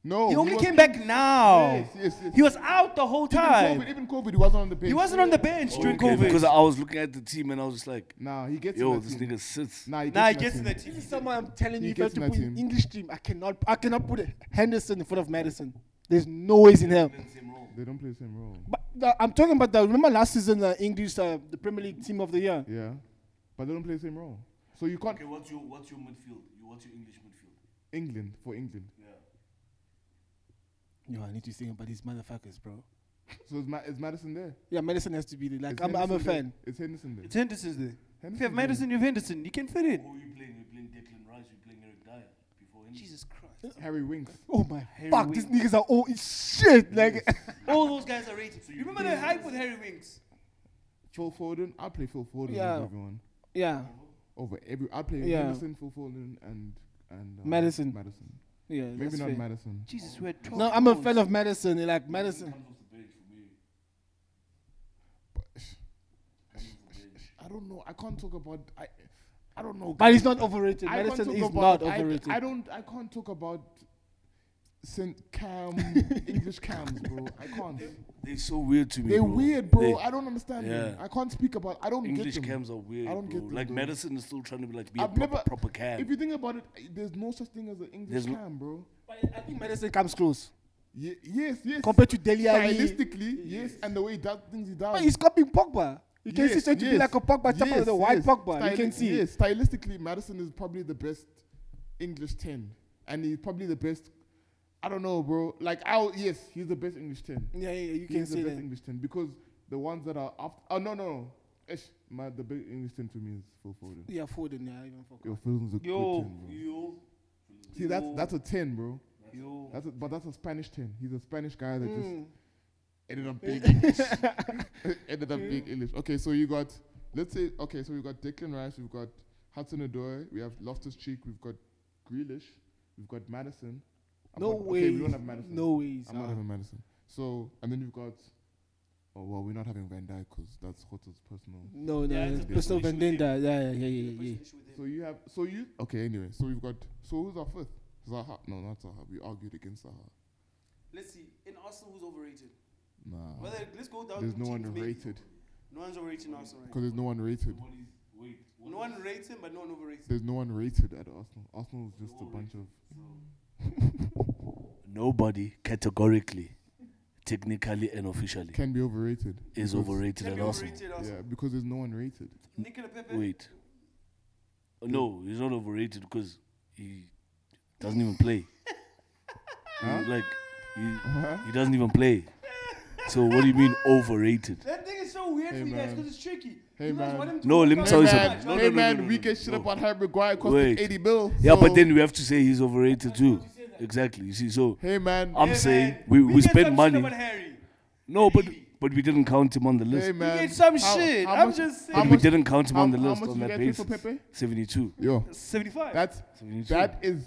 No. He only was came still- back now. Yes, yes, yes. He was out the whole Even time. COVID, even COVID, he wasn't on the bench. He wasn't on the bench during Okay, COVID. Because I was looking at the team and I was just like, Nah, he gets. yo, in that this team. nigga sits. Nah, he now he gets, gets in in the that team. team. This is someone I'm telling He you, if you have gets in to that put an team. English team, I cannot, I cannot put Henderson in front of Madison. There's no ways in hell. They don't play the same role. But the, I'm talking about the remember last season the English uh, the Premier League team of the year. Yeah, but they don't play the same role. So you can't what's your, what's your midfield? What's your English midfield? England for England. Yo, I need to think about these motherfuckers, bro. So is, Ma- is Madison there? Yeah, medicine has to be there. Is Like I'm, I'm a Henderson there? fan. Is Henderson there? It's Henderson's there. If you have Henderson's Madison, you have Henderson. You can fit in. Who are you playing? We're playing Declan Rice. We're playing Eric Dyer. Before him. Jesus Christ. there. Harry Winks. Oh my Harry fuck, Winks. these niggas are all shit. Like All those guys are rated. You remember the hype with Harry Winks? Phil Foden. I'll play Phil Foden Yeah. over everyone. Yeah. Over every. I'll play Yeah. Henderson, Phil Foden, and. and uh, Madison. Madison. Yeah, Maybe that's not fair. Madison. Jesus, we had 12 No, I'm a goals. fan of medicine. Like medicine. Comes off the bench for me. Comes off the bench. I don't know. I can't talk about. I, I don't know. But guys. he's not overrated. I can't Madison talk is about- not I- overrated. I, don't. I can't talk about Saint Cam English cams, bro. I can't. They're so weird to me. They're bro. weird, bro. They- I don't understand them. Yeah. I can't speak about. I don't English get them. cams are weird. I don't bro. get them, Like bro. Madison is still trying to be like be a I've proper never- proper cam. If you think about it, there's no such thing as an English There's no- cam, bro. But I think medicine comes close Ye- yes, yes. compared to Deli Ali. stylistically, yes, and the way he does things, he does. But Oh, he's copying Pogba. You can see Yes, straight to be yes, like a Pogba, type of the white yes. Pogba. you Styli- can see. Yes, stylistically, Madison is probably the best English 10. And he's probably the best. I don't know, bro. Like, I'll, yes, he's the best English 10. Yeah, yeah, yeah, you can he's see the best that. English 10 because the ones that are after. Oh, no, no. no. Ish, my, the best English 10 for me is Phil Foden. Yeah, Foden. Yeah, even Pogba. Yo, Foden's a Yo, good 10, bro. yo, See, that's, yo, that's a 10, bro. yo. That's a, but that's a Spanish 10. He's a Spanish guy that just Mm. ended up being English. ended up being English. Okay, so you got let's say okay, so we've got Declan Rice, we've got Hudson Odoi, we have Loftus Cheek, we've got Grealish, we've got Madison. I'm No not- way. Okay, we don't have Madison. No ways. I'm not ah. having Madison. So and then you've got oh well, we're not having Van Dijk because that's Hoto's personal. No, no, Yeah, yeah, it's a Crystal personal issue Van with him. Linda. Yeah, yeah, yeah, yeah, yeah. Personal issue with him. So you have so you okay anyway. So we've got so who's our fifth? Zaha? No, not Zaha. We argued against Zaha. Let's see. In Arsenal, who's overrated? Nah, Well, then, let's go down. there's to no one teams, maybe. rated No one's overrated in Arsenal. Right? because there's no one rated. What is- wait, what No is- one rates him, but no one overrates him. There's no one rated at Arsenal. Arsenal is just a bunch of Nobody categorically, technically and officially can be overrated. is because- overrated Can at be Arsenal. overrated Yeah, Arsenal. because there's no one rated. Nicola Pepe. Wait. No, he's not overrated because he doesn't even play. He, Huh? Uh-huh. like he, he doesn't even play. So what do you mean overrated? That thing is so weird Hey, for you guys man. because it's tricky. Hey, you guys man. want him to No, work let me out tell hey you so man, something. No, much, right? hey no, no, man, no, no, we no, get shit no. about Harry Maguire costing Wait. 80 mil. Yeah, so- but then we have to say he's overrated too. Exactly. You see, so hey man, I'm Hey, saying man, we, we, get spent some shit money. about Harry. No, but but we didn't count him on the list. hey man, get some shit. I'm just saying. But How we didn't count him on the how list much on did you that guys pay basis. for Pepe? Seventy-two. Yo, 75. that's Seventy-two. that is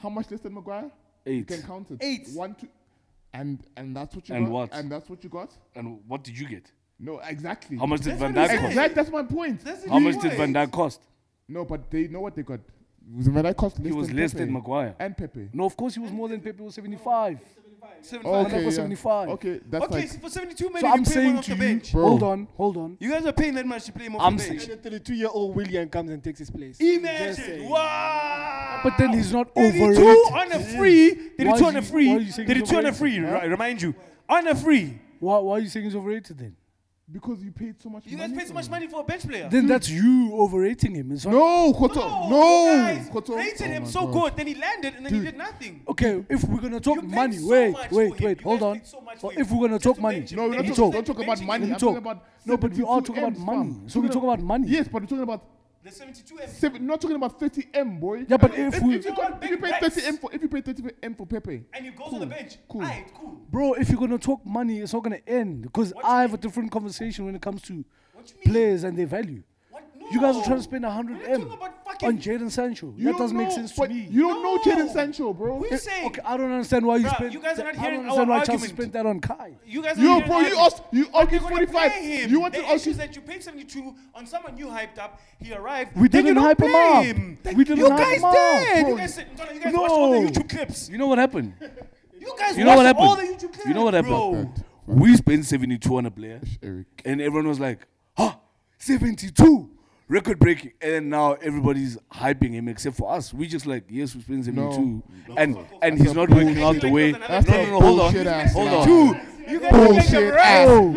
how much less than Maguire? You Eight. can count it. Eight. One, two, and and that's what you And got. what? And that's what you got. And what did you get? No, exactly. How much did That's Van what he Dijk said. cost? Exactly. That's my point. That's How much did Wait. Van Dijk cost? No, but they know what they got. Van Dijk cost less He was than less Pepe. than Maguire. and Pepe. No, of course he was more than Pepe. He was seventy-five. 75. Van Dijk Okay, was yeah. 75. Okay, that's okay, like so for 72 minutes, So you I'm play him saying off to the you, bench. Bro. hold on, hold on. You guys are paying that much to play him off I'm the bench. saying- And the 32-year-old William comes and takes his place. Just Imagine. saying. Wow. But then he's not 32 overrated. on a free. 32 Why on a is he- why free. are you saying 32 on a overrated? free, ri- remind you. On a free. Why, why are you saying he's overrated then? because you paid so much. You guys money paid so for much him. money for a bench player. Then that's you overrating him. It's not No, Koto. No, you guys Koto. rated Oh him my so God. good, then he landed and then he Dude. did nothing. Okay, if we're gonna You talk paid money, so wait, much for him. wait, You wait, guys hold on. paid so much Well, for him. if we're gonna Just talk to money, bench him. No, we're not Let me talking, talk. don't talk about Let money. me I'm talk. talking about No, but we are 72 talking about M's, money. fam. So we You're talk gonna- about money. Yes, but we're talking about The 72 M. seven, not talking about 30 M, boy. Yeah, but Okay, if if, we- if you, got, if you pay Big 30 M racks. for if you pay 30 M for Pepe, And he goes on the bench. cool. Aight, cool. bro, if you're gonna talk money, it's not gonna end because What do you I have a mean? different conversation when it comes to What you mean? players and their value. What? You guys No. are trying to spend hundred We're not m talking about fucking- on Jadon Sancho. you that don't doesn't make know, sense to but me. You don't know Jadon No. Sancho, bro. We're Eh, saying. okay, I don't understand why you Bruh, spent. you guys are not I don't hearing understand our why Chelsea argument. spent that on Kai. You guys are Yo, hearing bro, you that. asked you argued They're gonna 45. play him. You want the oh, to argue issues that you paid 72 on someone you hyped up. He arrived. We then didn't you don't hype him play up. him. We Then didn't you hype guys him up, did. bro. You guys, said- you guys watched all the No. YouTube clips. You know what happened? You guys You know what watched all the happened? YouTube clips. You know what bro. happened? We spent 72 on a player. Eric, and everyone was like, "Huh, 72 record breaking." And then now everybody's hyping him except for us. We just like, "Yes, we spent 72." And and he's not working out the way. No, That's no, no, hold on. bullshit ass Hold lie. on. You guys are making Bullshit a rap. ass You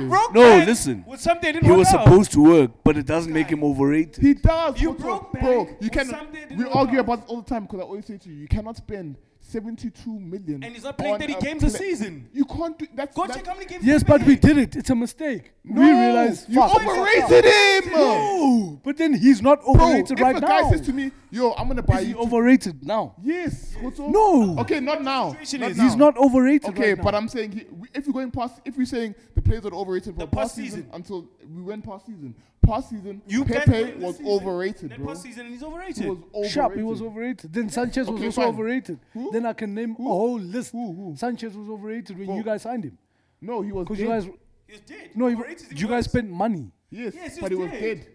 lies. broke No, back listen. With something that didn't He was work out. supposed to work, but it doesn't make him overrated. He does. You Koto. broke back bro. You with can. something that We didn't work argue out. about it all the time because I always say to you, you cannot spend 72 million. And he's not playing on 30 a games pla- a season. You can't do that's Go that- check how many games. Yes, he's but we playing. did it. It's a mistake. No, we realized. you fuck. overrated him. No, but then he's not Bro, overrated if right a now. guy says to me, "Yo, I'm gonna buy Is he you," overrated now? yes, Hoto. No. okay, not now. Situation Not is- He's now. not overrated Okay, right now. but I'm saying he, we- if you're going past, if you're saying the players are overrated The from past past season, season. until we went past season, past season, You can't play Pepe this was season. overrated, That bro. past He season and he's overrated. was overrated. Sharp, he was overrated. Then Sanchez was Okay, also fine. overrated. Who? Then I can name a whole list. Who, who? Sanchez was overrated when Bro. you guys signed him. No, he was Because dead. you guys, He was dead. no, you, Overrated is you even guys worse. spent money, yes, Yes, he but he was was dead. dead.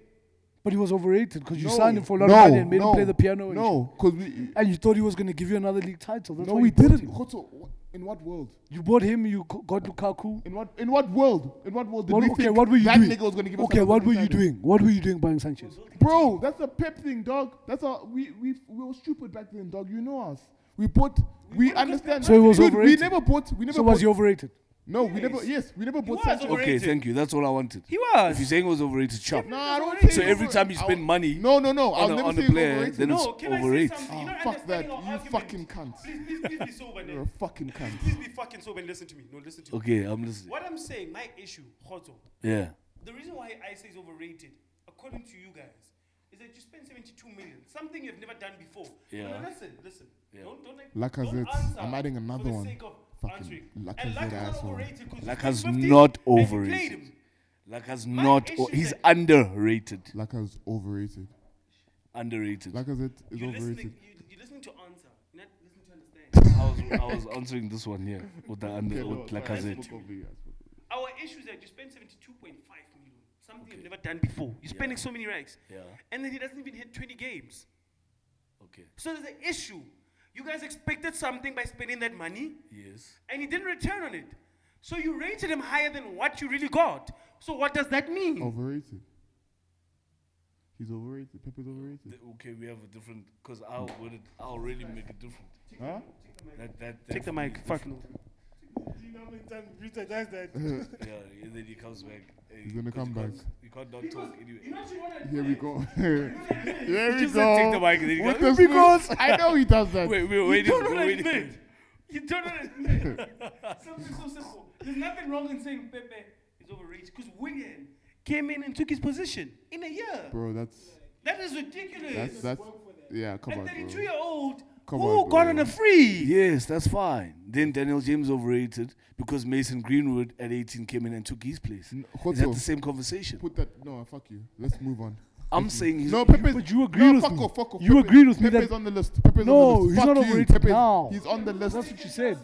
but he was overrated because you No, signed him for a lot no, of money and made no, him play the piano. and shit. No, because we. and you thought he was going to give you another league title. That's No, why we you bought didn't. him. Hoto, wha- in what world? You bought him. You co- got Lukaku. In what in what world? In what world did What, we okay, think what were you that doing? nigga was gonna give us okay, that what were you fucking title? doing? What were you doing buying Sanchez? Bro, that's a pep thing, dog. That's a we we we were stupid back then, dog. You know us. We bought. We understand. So he was Dude, We overrated. never bought. We never. So bought, was he overrated? No, we never. Yes, we never bought was Sanchez. overrated. Okay, thank you. That's all I wanted. He was. If you're saying it was overrated, sharp. No, I don't. So think every over- time you I spend w- money No, no, no. I'll on a- never on a say it's player, overrated. then it's No, can overrated. Oh, I say something? Ah, You're not fuck that. understanding You our argument. fucking cunt. Please, please, please be sober, You're Ned. a fucking Please, cunt. please be fucking sober and listen to me. No, listen to me. Okay, I'm listening. What I'm saying, my issue, Hoto, Yeah. the reason why I say it's overrated, according to you guys, is that you spend 72 million, something you've never done before. No, no, Yeah. listen, listen. Don't, don't, like, Lacazette. don't answer I'm adding another for the one. Sake of Fucking answering. Lacazette and Laka's not asshole. overrated. 'cause you Laka's spent 50 not and you overrated. played him. Laka's My not. issue O- is he's that- underrated. Laka's overrated. Underrated. Lacazette is You're overrated. listening, you, you're listening to answer. You're not listening to I understand. was I was answering this one here with the under with Lacazette. Our issue is that you spend 72.5 million, something you've never done before. You're spending so many racks. Yeah. And then he doesn't even hit 20 games. Okay. So there's an issue. You guys expected something by spending that money, Yes. and he didn't return on it. So you rated him higher than what you really got. So what does that Oh, mean? Mm. Overrated. He's overrated. Pepe's overrated. okay, we have a different because I would I'll really make a difference. Huh? That that. Take the mic. Fuck no. Do you know how many times Rita does that? Yeah, and then he comes back. He's gonna come back. You can't not talk anyway. Here we go. Here we just go. said take the mic and then he With goes, the "Because smooth- I know he does that. Wait, wait, wait. You don't know what I meant. You don't know what I meant. Something so simple. There's nothing wrong in saying Pepe is overrated because William came in and took his position in a year. Bro, that's That is ridiculous. that's that's yeah. Come a on, 32 bro. year old Come who on, got bro. on a free. Yes, that's fine. Then Daniel James overrated because Mason Greenwood at 18 came in and took his place. N- Is that Joto, the same conversation? Put that. No, fuck you. Let's move on. I'm saying he's No, Pepe's. but you agree no, with fuck me. Off, fuck off. You Pepe- agreed with me Pepe's that- on the list. Pepe's No, on the he's list. fuck not you. overrated Pepe's, now. He's on the list. That's what you said.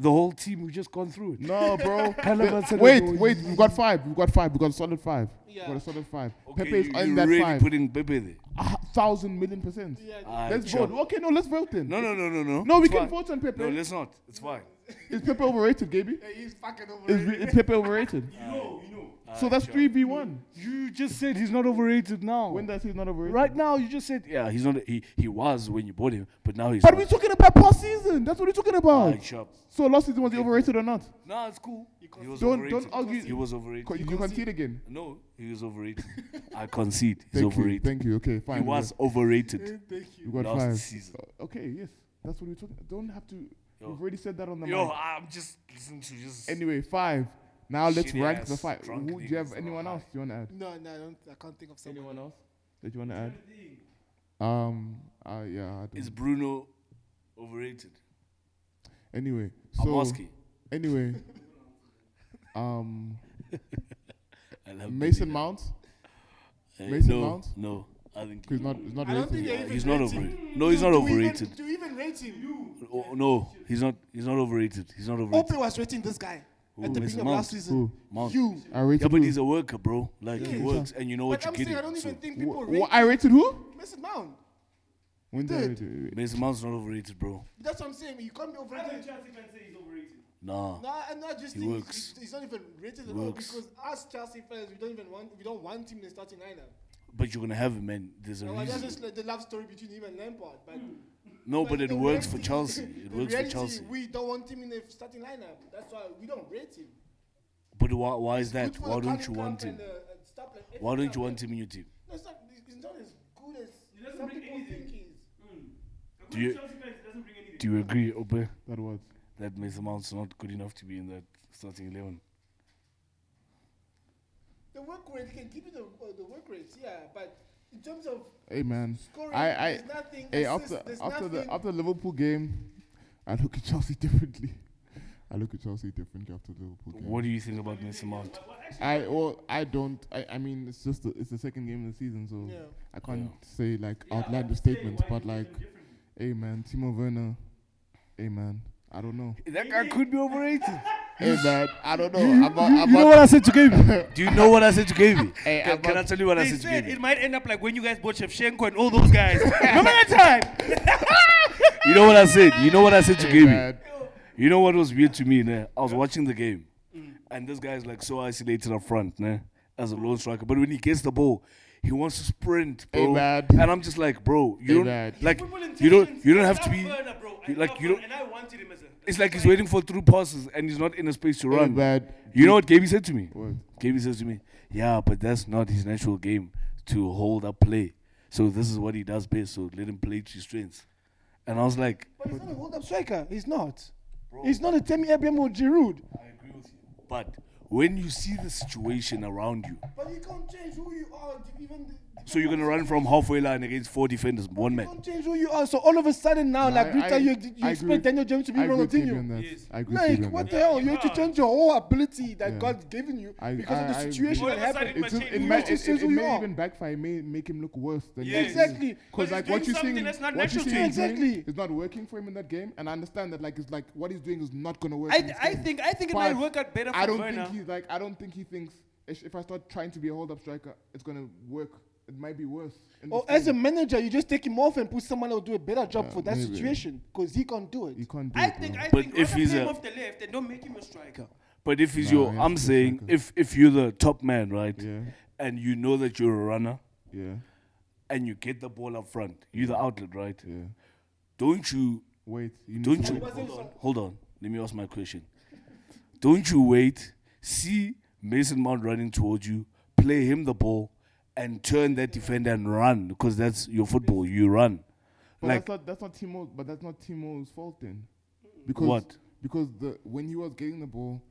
The whole team we just gone through it. No, bro. Calabar said wait, it was wait. We've got five. We've got five. We've got a solid five. Yeah. We've got a solid five. Pepe's you, on you that really five. putting Pepe there. A thousand million percent. Ah, Let's sure. vote. Okay, no, let's vote then. No, no, no, no, no. No, we It's can fine. vote on Pepe. No, let's not. It's fine. Is Pepe overrated, Gaby? He's fucking over. Is, re- is Pepe overrated? so that's three v one. You just said he's not overrated now. When does he's not overrated? right now, you just said yeah, he's not. He he was when you bought him, but now he's. But not. we're talking about past season. That's what we're talking about. Ah, sharp. so last season was he overrated or not? Nah, it's cool. He was Don't- overrated. don't argue. He was overrated. Co- You concede again. no, he was overrated. I concede. He's Thank you. overrated. Thank you. Okay, fine. he was overrated. You got last five. season. Uh, Okay, yes. That's what we're talking. Don't have to. Yo. We've already said that on the Yo, mic. I'm just listening to just. Anyway, five. Now let's Shitty rank ass the five. Who, drunk do you have niggas, anyone bro. else you want to add? No, no, I don't. I can't think of someone. Anyone else that you want to add? Um. Uh, yeah. I don't. is Bruno overrated? anyway. I'm So. asking. Anyway. um. I love Mason Benitez. Mount. Eh, Mason no, Mount? No, I think. He's not. He's not. I don't think rated. they Yeah, even he's not rate overrated. him. No, he's Do- not do we even- overrated. Do you even rate him? You. Oh, no, he's not. He's not overrated. He's not overrated. Ope was rating this guy Who, at the Mason beginning of Mount? last season. Who? Mount. You. I rated. Yeah, but who? he's a worker, bro. Like he works, and you know what But you're I'm saying getting. I don't even so think people Wh- rate wh- I rated who? Mason Mount. When did I Dude. rate him? Mason Mount's not overrated, bro. That's what I'm saying. You can't be overrated. Nah. Nah, and I just He think works. he's, he's not even rated at all Works. because us Chelsea fans, we don't even want we don't want him in the starting lineup. But you're gonna have him, man. There's a Now, that's reason. just like the love story between him and Lampard. But, Hmm. No, but it the works for reality- Chelsea. It the works for reality, Chelsea. We don't want him in the starting lineup. That's why we don't rate him. But why, why is that? Good for Why the don't you Carling want Cup him? and, uh, and stuff like that. Why don't Yeah, you but want him in your team? It's not, it's not as good as He doesn't some bring people anything. think he is. Do you- Chelsea fans, it doesn't bring Do you agree, Ope, That was. that Mason Mount's not good enough to be in that starting 11? The work rate can give you the, uh, the work rate, yeah, but in terms of Hey man, scoring, I- I- there's nothing. hey assists, after there's after the nothing. after the Liverpool game, I look at Chelsea differently. I look at Chelsea differently after the Liverpool game. What do you think about Mason Mount? I well I don't I, I mean it's just the it's the second game of the season so yeah. I can't say like outlandish statements but like, hey man, Timo Werner, hey man, I don't know. That guy could be overrated. hey man, I don't know. I'm not, I'm You know not- what I said to Gabe? Do you know what I said to Gaby? Hey, can, I'm can I not- tell you what I They said to said Gaby? it might end up like when you guys bought Shevchenko and all those guys. Remember that time? You know what I said? You know what I said to hey, Gaby? man. You know what was weird to me, nah? I was watching the game, and this guy's like so isolated up front, nah, as a lone striker. But when he gets the ball, he wants to sprint, Hey, bro. man. and I'm just like, bro, you Hey, don't man. like, Football you don't, intelligence you don't is have to up be. burner, bro. you- I like, love you him, don't- and I wanted him as a. It's like he's waiting for through passes, and he's not in a space to run. man. You know what Gaby said to me? What? Gaby says to me, "Yeah, but that's not his natural game to hold up play. So this is what he does best. So let him play to his strengths." And I was like, But he's not a hold up striker. He's not. He's not a Temi Abraham or Giroud. But when you see the situation around you, But you can't change who you are to even. The, so you're gonna run from halfway line against four defenders, one You man. can't change who you are. So all of a sudden now, like Rita, you, I you agree expect with- Daniel James to be I agree with Fabian Ronaldinho. that. Yes. I agree with Like Fabian that. what the hell? you You have to can't. change your whole ability that Yeah. God given you I- because I- of I the agree. situation All that of a sudden, happened. my It, just, change it, you might, are. it, It says it, who it you may are. even backfire. It may make him look worse than Yes. he is. Exactly. But Because he's like doing what you're something seeing, that's what not you're natural to seeing, him. Exactly. it's not working for him in that game. And I understand that like it's like what he's doing is not gonna work. in I, this I game. think I think it But might work out better for I don't Werner. think he's like I don't think he thinks "Ish, if I start trying to be a hold up striker, it's gonna work. It might be worse. in Oh, Or this as a game. manager, you just take him off and put someone who will do a better job Yeah, for that maybe. situation because he can't do it. you can't do I it. think bro. I But think if rather he's play him a- off the left and don't make him a striker. But if he's Nah, your, he has I'm to be saying, striker. if if you're the top man, right, yeah, and you know that you're a runner yeah, and you get the ball up front, you're the outlet, right? yeah. Don't you? Wait, you need Don't to you? wait. Hold on. Hold on. Let me ask my question. Don't you wait? See Mason Mount running towards you. Play him the ball, and turn that defender and run because that's your football. You run. But Like that's not that's not Timo. But that's not Timo's fault then. Because What? Because the when he was getting the ball,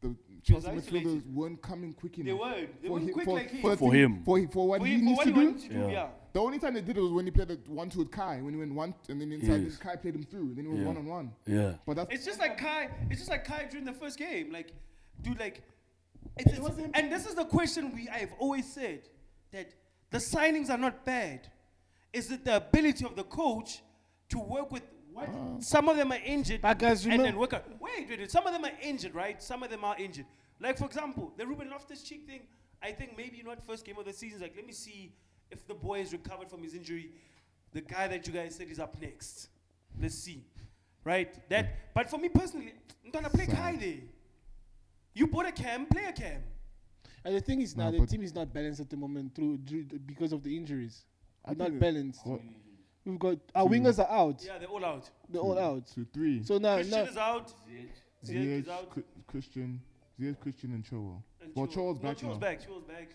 the Chelsea midfielders isolated. weren't coming quick enough. They weren't. They for weren't hi- quick for, like him. for, the For thing- him. For, for what For he him- for needs what to he do. wanted to do, yeah. The only time they did it was when he played the one two with Kai. When he went one and then inside, Yes. then Kai played him through. Then he was Yeah. one on one. yeah. But that's It's just like Kai. It's just like Kai during the first game. Like, dude, like, it's, it's, and this is the question we I've always said that the signings are not bad. Is it the ability of the coach to work with what Uh. some of them are injured But guys, and then remember- work out? Wait, wait, wait, some of them are injured, right? Some of them are injured. Like for example, the Ruben Loftus Cheek thing. I think maybe not first game of the season. Like, let me see if the boy is recovered from his injury. The guy that you guys said is up next. Let's see. Right? That but for me personally, I'm gonna play Kai there. You bought a cam, play a cam. And the thing is now No, the but- team is not balanced at the moment through, due- because of the injuries. I We're not think- balanced. what, We've got our wingers are out. Yeah, they're all out. They're all out. two three. So now, Christian now is out. Ziyech Ziyech, is out. Cri- Christian, Ziyech, Christian, and Chilwell. and well, Chilwell- Chilwell's no, back Chilwell's now. back. Chilwell's back.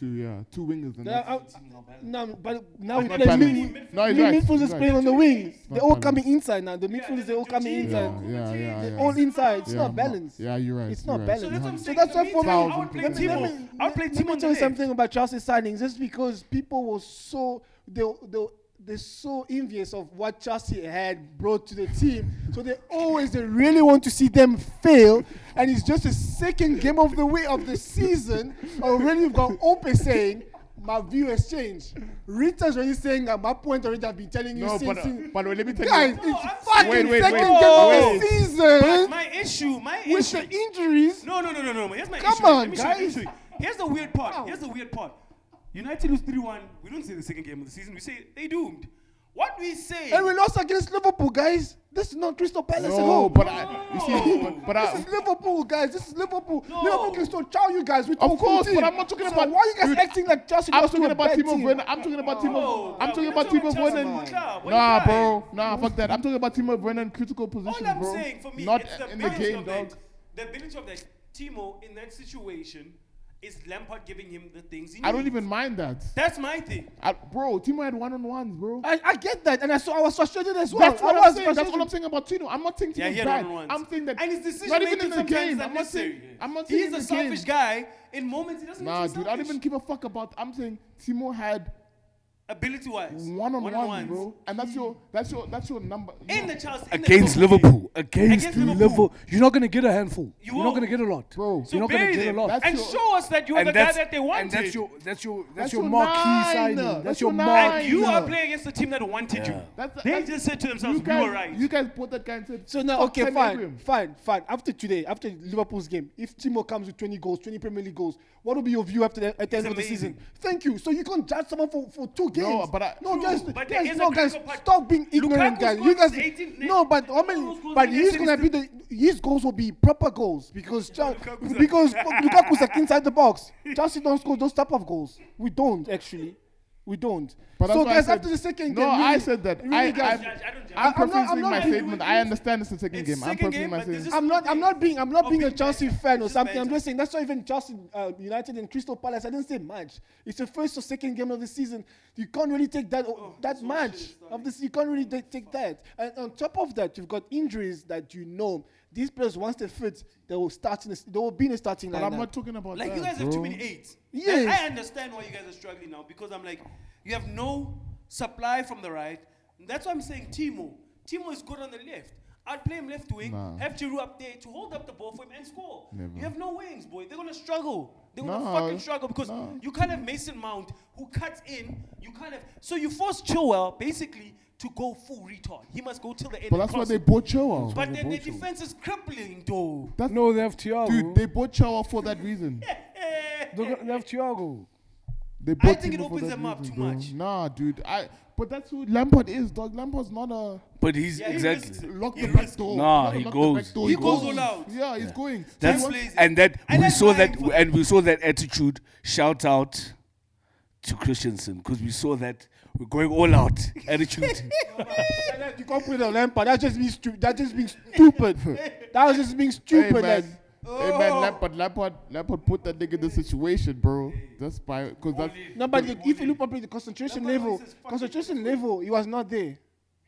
Two, yeah, two wingers. And now, that's- out- now, but now we not play balanced. mid, no, he's mid- right. midfielders he's right. playing on the wing. They're all balanced. coming inside now. The Yeah, midfielders, there's they're all coming Jorginho, inside. Yeah, yeah, Kovacic, yeah, there's yeah. All inside. It's Yeah, not I'm balanced. Yeah, you're right. It's you're not right. You So balanced. that's what have- I'm So saying. that's In the why for me- meantime, I would play Let me, Timo. let Timo. me, I'll play let Timo me on tell the you left. something about Chelsea signings. Just because people were so they they they're so envious of what Chelsea had brought to the team, so they always they really want to see them fail. And it's just the second game of the way of the season. Already you've got Ope saying. My view has changed. Rita's already saying at my point already I've been telling you No, since. but, uh, since- but let me tell Guys, you. it's I'm fucking Wait, wait, second wait, game of wait. the season My issue, my with issue. the injuries. No, no, no, no, no. Here's my Come issue. Let on, me show you the guys. issue. Here's the weird part. Here's the weird part. United lose 3 1. We don't say the second game of the season. We say they doomed. What we say. And we lost against Liverpool, guys. This is not Crystal Palace at No, all. but I, you see, No. but, but "Oh, This I, is Liverpool, guys. This is Liverpool. No. Liverpool can still chow you guys with Of top course, 14. but I'm not talking So about- Why are you guys Dude, acting like Chelsea I'm lost to talking a about bad Timo team? Werner. I'm talking about Timo. Oh, I'm no, talking we're about not Timo about Chelsea, Werner. Club. What Nah, are you bro. Nah, fuck that. I'm talking about Timo Werner in critical All positions, I'm bro. saying for me, Not it's the in the ability game, of dog. that, the ability of that Timo in that situation, Is Lampard giving him the things he needs? I don't even mind that. That's my thing. I, bro, Timo had one on ones, bro. I, I get that, and I saw I was frustrated as well. That's I all was I'm saying. That's all I'm frustrated. saying about Tino. I'm not saying Yeah, Tino's he had bad. one-on-ones. I'm saying that And his decision not even in making the game. sometimes I'm not saying. unnecessary. I'm not saying He's in a the selfish game. guy. In moments, he doesn't. Nah, need to be dude, I don't selfish. even give a fuck about. I'm saying Timo had ability wise. one on one, bro, and that's your that's your that's your number. In the Chelsea in the Against Chelsea game. Liverpool. Against, Against Liverpool. Liverpool. You're not going to get a handful. You are not won't. going to get a lot. Bro. So you're not going to bury get them a lot. That's and your- show us that you're the guy that's- that they wanted. And that's your that's your that's, That's your, your marquee nine. signing. That's, That's your your nine. marquee. and you Fine. are playing against the team that wanted you. That's- they that's- just said to themselves, you "You, guys, were right." you guys bought that guy and said, So now, "Fuck okay, Tammy fine, Abraham." fine, fine. After today, after Liverpool's game, if Timo comes with 20 goals, 20 Premier League goals, what will be your view after the, at the It's end of the amazing. season? Thank you. So you can't judge someone for, for two games. but I- no, True, guys, but there guys, is no, a guys, critical part. stop being ignorant, Lukaku guys. scored You guys, 18 no, but how Lukaku many? scored But 18 he's gonna be assists. the his goals will be proper goals because Chel- Lukaku's a- because fuck, Lukaku's like inside the box. Chelsea don't score those type of goals. We don't actually. We don't. But that's so why I guys, said- after the second no, game, I really- said that. really, I, guys, I'm, Judge, I don't judge. I'm I'm not- prefacing I'm not my arguing statement. with I you. understand it's the second It's game. I'm second prefacing game, my but this statement. is- I'm not. I'm not being. I'm not Or being a being Chelsea better. fan or Just something. I'm better. just saying that's why even Chelsea uh, United and Crystal Palace. I didn't say much. It's the first or second game of the season. You can't really take that Oh, that much of this. You can't really ta- take that. And on top of that, you've got injuries that you know. These players once they fit, they will start in. The, they will be in the starting But lineup. I'm not talking about Like that, you guys have too bro. many eights. Yes. And I understand why you guys are struggling now because I'm like, you have no supply from the right. That's why I'm saying Timo. Timo is good on the left. I'd play him left wing, Nah. have Giroud up there to hold up the ball for him and score. Never. You have no wings, boy. They're gonna struggle. They're gonna Nah, fucking struggle because nah. you can't have Mason Mount who cuts in. You can't have. So you force Chilwell basically to go full retard. He must go till the end. But and that's why cross they it. bought Chowa. But then their defense is crippling, though. no, they have Thiago. Dude, they bought Chowa for that reason. They got- they have Thiago. They bought think it Timo for opens that them up reason, too bro. much. Nah, dude. I. But that's who Lampard is, dog. Lampard's not a But he's Yeah, he risks exactly. it. lock He the back risks- door. Nah, Not a he lock goes. The back door. He goes all out. Yeah, he's going. That's He wants- and that And we that's saw why that for- and we saw that attitude. Shout out to Christensen because we saw that we're going all out attitude. you can't put it on Lampard. That's just being stupid. That's just being stupid. that was just being Hey stupid. like- man, hey Oh. man, Lampard, Lampard, Lampard put that nigga in this situation, bro. That's by because that's No, but like, if you look properly, the concentration Lampard level, always is fucking concentration level, he was not there.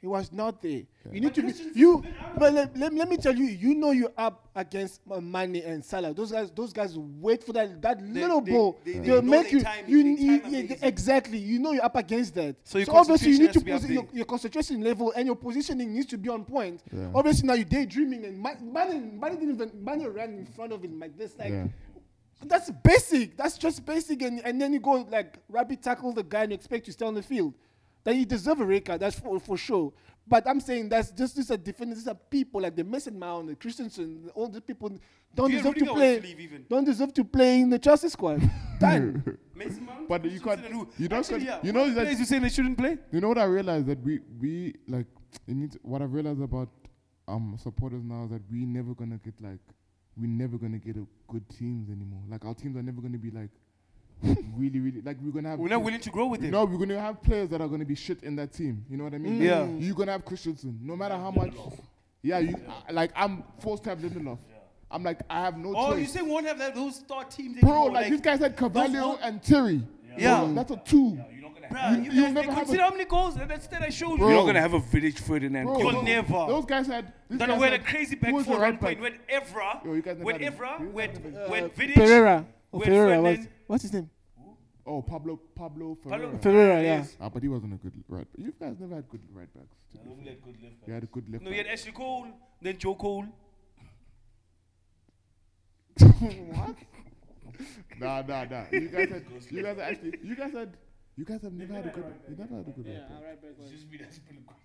He was not there. You need to be Christensen's you. been out of But let, let, let me tell you, you know you're up against Mane and Salah. Those guys, those guys wait for that that little they- ball. they- they will know make their you. timing, you, their you- time yeah, amazing. exactly. You know you're up against that. So your obviously you concentration need has to to be up posi- your, there. your concentration level and your positioning needs to be on point. Yeah. Obviously now you're daydreaming and Ma- Mane Mane didn't even Mane ran in front of him like this like. Yeah. That's basic. That's just basic, and, and then you go like rabbit tackle the guy and expect to stay on the field. Then you deserve a red card. That's for, for sure. But I'm saying that's just these are defenders. These are people like the Mason Mount, the Christensen, all these people don't Yeah, deserve to Rudiger wants to play. leave even. Don't deserve to play in the Chelsea squad. Done. Mason Mount, But you can't- Christensen and who? you don't Actually, can- yeah, you know what that- players you saying they shouldn't play? You know what I realized that we we like it needs what I realized about um supporters now is that we never gonna get like we never gonna get a good teams anymore. Like our teams are never gonna be like really really like we're gonna have We're not willing to grow with them. no we're gonna have players that are gonna be shit in that team. You know what I mean? Yeah. You're gonna have Christensen no matter how much. Yeah, you I- like I'm forced to have Lindelof. I'm like I have no Oh, you choice. saying we won't have that, those star teams Bro, anymore? like, these guys had Carvalho old- and Terry. Yeah. Bro, that's a two. Bruh, you, you'll never guys, they have consider a- how many goals that that stat I showed Bro, You're you. not gonna have a village Ferdinand. Bro, You'll those- never. Those guys had. these Then guys we had a had- crazy who back was four the at one right back? point. We had Evra, Yo, you guys we had had a- you guys Evra, we had, had we had Vidic, Pereira. Oh, we had Pereira. What's, Ferdinand, what's his name? Oh, Pablo Pablo Ferreira. Pablo- Pereira. Yeah. Yes. Ah, but he wasn't a good right. But you guys never had good right backs. to be fair. You had a good left. No, you had back. Ashley Cole, then Joe Cole. Nah, nah, nah. You guys had. You guys had actually. You guys had. You guys have never had a good. You never had a good right back.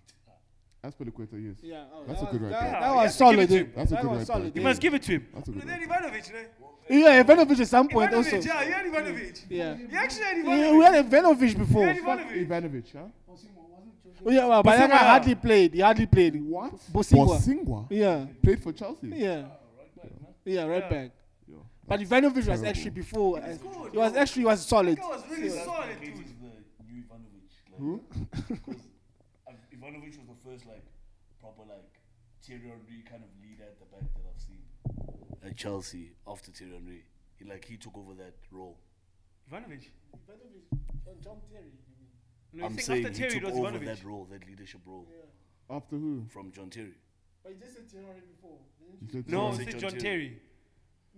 That's Peliqueta, yes. Yeah, oh, That's that a good was- right that- back. That you was have to give it solid. to eh? him. That's a That good was right solid, back. You eh? must give it to him. That's a good And right then Ivanovic, ne? Yeah, Ivanovic at some point Ivanovic, also. yeah, you had Ivanovic. Yeah. You actually had Yeah, we Ivanovic. had Ivanovic You before. had Fuck Ivanovic. Ivanovic, huh? Oh, yeah, well, but that guy Bosingwa. hardly played. He hardly played. What? Bosingwa. Bosingwa Yeah, played for Chelsea. Oh, yeah, yeah. Right back. Yo. But Ivanovic was actually before. uh, good, He was bro. actually he was solid. That was really solid, dude. new Ivanovic. Who? Because um, Ivanovic was the first like proper like Thierry Henry kind of leader at the back that I've seen. at Chelsea after Thierry Henry. He, like he took over that role. Ivanovic. Ivanovic on Tom Terry, you mean? No, you I'm think saying after he Terry took it was over Ivanovic. that role, that leadership role Yeah. After who? from John Terry. But you just said Terry before. didn't You you? said No, Is it's it John, John John Terry? Terry.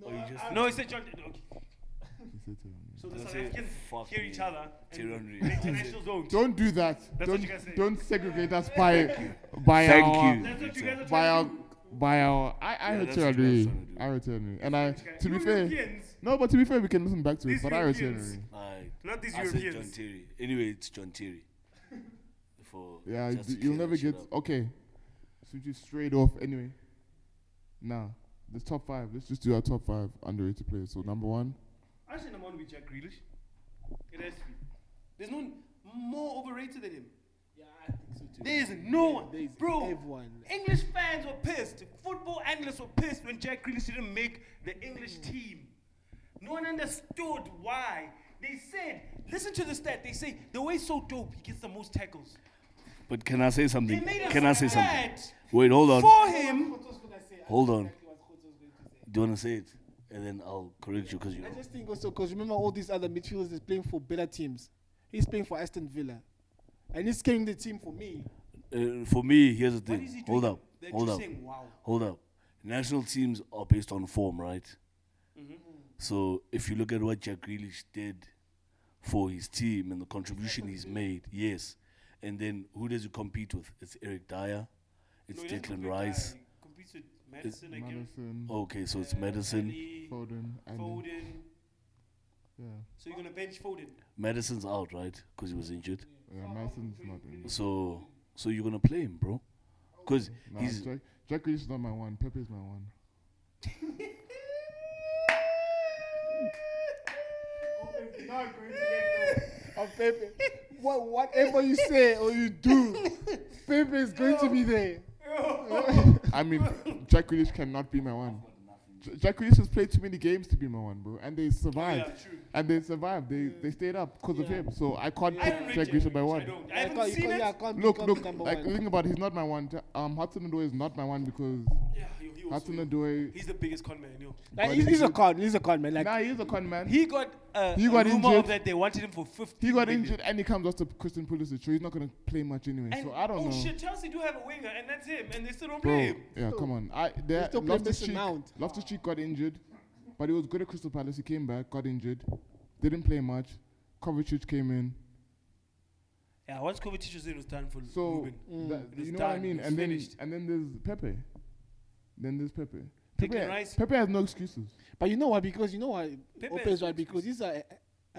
Or Oh, you I- just- I- No, it's said John. Okay. You said Terry. So the Don't South say Africans fuck hear me. each other. and Terry Henry. The international don't. Don't do that. That's don't, what you guys say. Don't segregate us by by Thank our you. That's what you guys are by trying our to do. by our. I I Yeah, heard that's Terry what you guys Henry. trying to do. I heard Terry Henry. And I to be You fair, Europeans, no, but to be fair, we can listen back to it. These But I heard Terry Europeans. Henry. Alright. Not these I said John Europeans. Terry. Anyway, it's John Terry. For Yeah, just d- to you'll clear never that shit get up. okay. So just straight off anyway. Now the top five. Let's just do our top five underrated players. So number one, Actually, number one would be Jack Grealish. It has to be. There's no one more overrated than him. Yeah, I think so too. There is no one. There's Bro, everyone. English fans were pissed. Football analysts were pissed when Jack Grealish didn't make the English team. No one understood why. They said, listen to the stat. They say, the way so dope, he gets the most tackles. But can I say They something? made us Can I say something? mad Wait, hold on. For him, Khoto's gonna say, I Hold know on. exactly what Khoto's going to say. Do you want to say it? And then I'll correct you because you I know. just think also because remember all these other midfielders is playing for better teams. He's playing for Aston Villa, and he's carrying the team for me. Uh, for me, here's the what thing. is he doing? Hold up. They're Hold just up. saying, wow. Hold up. National teams are based on form, right? Mm-hmm. So if you look at what Jack Grealish did for his team and the contribution he's made, yes. And then who does he compete with? It's Eric Dyer, it's No, he doesn't Declan compete, Rice. uh, he competes with Madison, I guess. Madison, Okay, so it's Madison. Ali, Foden, and Oh, Foden. yeah, So you're gonna bench Foden. Madison's out, right? Because he Mm-hmm. was injured. yeah. Madison's not in. So, so you're gonna play him, bro? Because Nah, he's Jack, Jack Grealish is not my one. Pepe is my one. And Pepe, what, whatever you say or you do, Pepe is going to be there. I mean, Jack Grealish cannot be my one. J- Jack Grealish has played too many games to be my one, bro, and they survived. true. And they survived. They they stayed up because of him. So I can't I don't put rate Jack Jack Grealish as Grealish, my I one. don't. I Yeah, haven't can't- you seen can't- it. yeah, can't- you Look, can't look, be number like one. think about it, he's not my one. T- Um, Hudson Odoi is not my one because Yeah, he- he also- Hudson Odoi. He's the biggest con man, you know. Like, but he's, he he's a should- con. He's a con man. Like Nah, he's a con man. He, He got uh, He a got rumor injured. of that they wanted him for 50. got injured and he comes off to Christian Pulisic, so he's not gonna play much anyway. And, so I don't oh know. shit, Chelsea do have a winger, and that's him, and they still don't play Bro, him. yeah, come on. I there still play Loftus Mason Cheek. Mount. Loftus Cheek got injured, but he was good at Crystal Palace. He came back, got injured, didn't play much. Kovacic came in, Yeah, once Kovacic was in, it was done for so mm, Ruben. Mm. that- It was you know what I done. mean. It's And then finished. and then there's Pepe. Then there's Pepe. Declan Pepe, Rice. Pepe has no excuses. But you know why? Because you know why? Pepe Ope is is right good. because these are uh,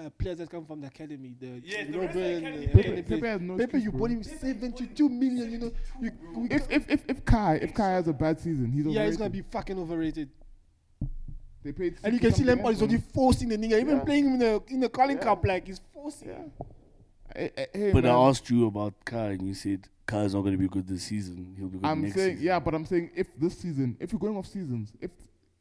uh, players that come from the academy. The Yeah, the Robben, rest of the academy players. the- Pepe, the Pepe players. has no Pepe, excuse, you bro. bought him seventy-two million. You know, you, we- If if if if Kai if Kai has a bad season, he's yeah, overrated. he's gonna be fucking overrated. They paid And you can 60 see something Lampard else, is already man. forcing the nigga, even Yeah. playing him in the in the Carling Yeah. Cup, like he's forcing. him. Yeah. Eh, eh, hey, But man. I asked you about Kai, and you said Kai's not going to be good this season. He'll be good I'm next saying, season. yeah, but I'm saying if this season, if you're going off seasons, if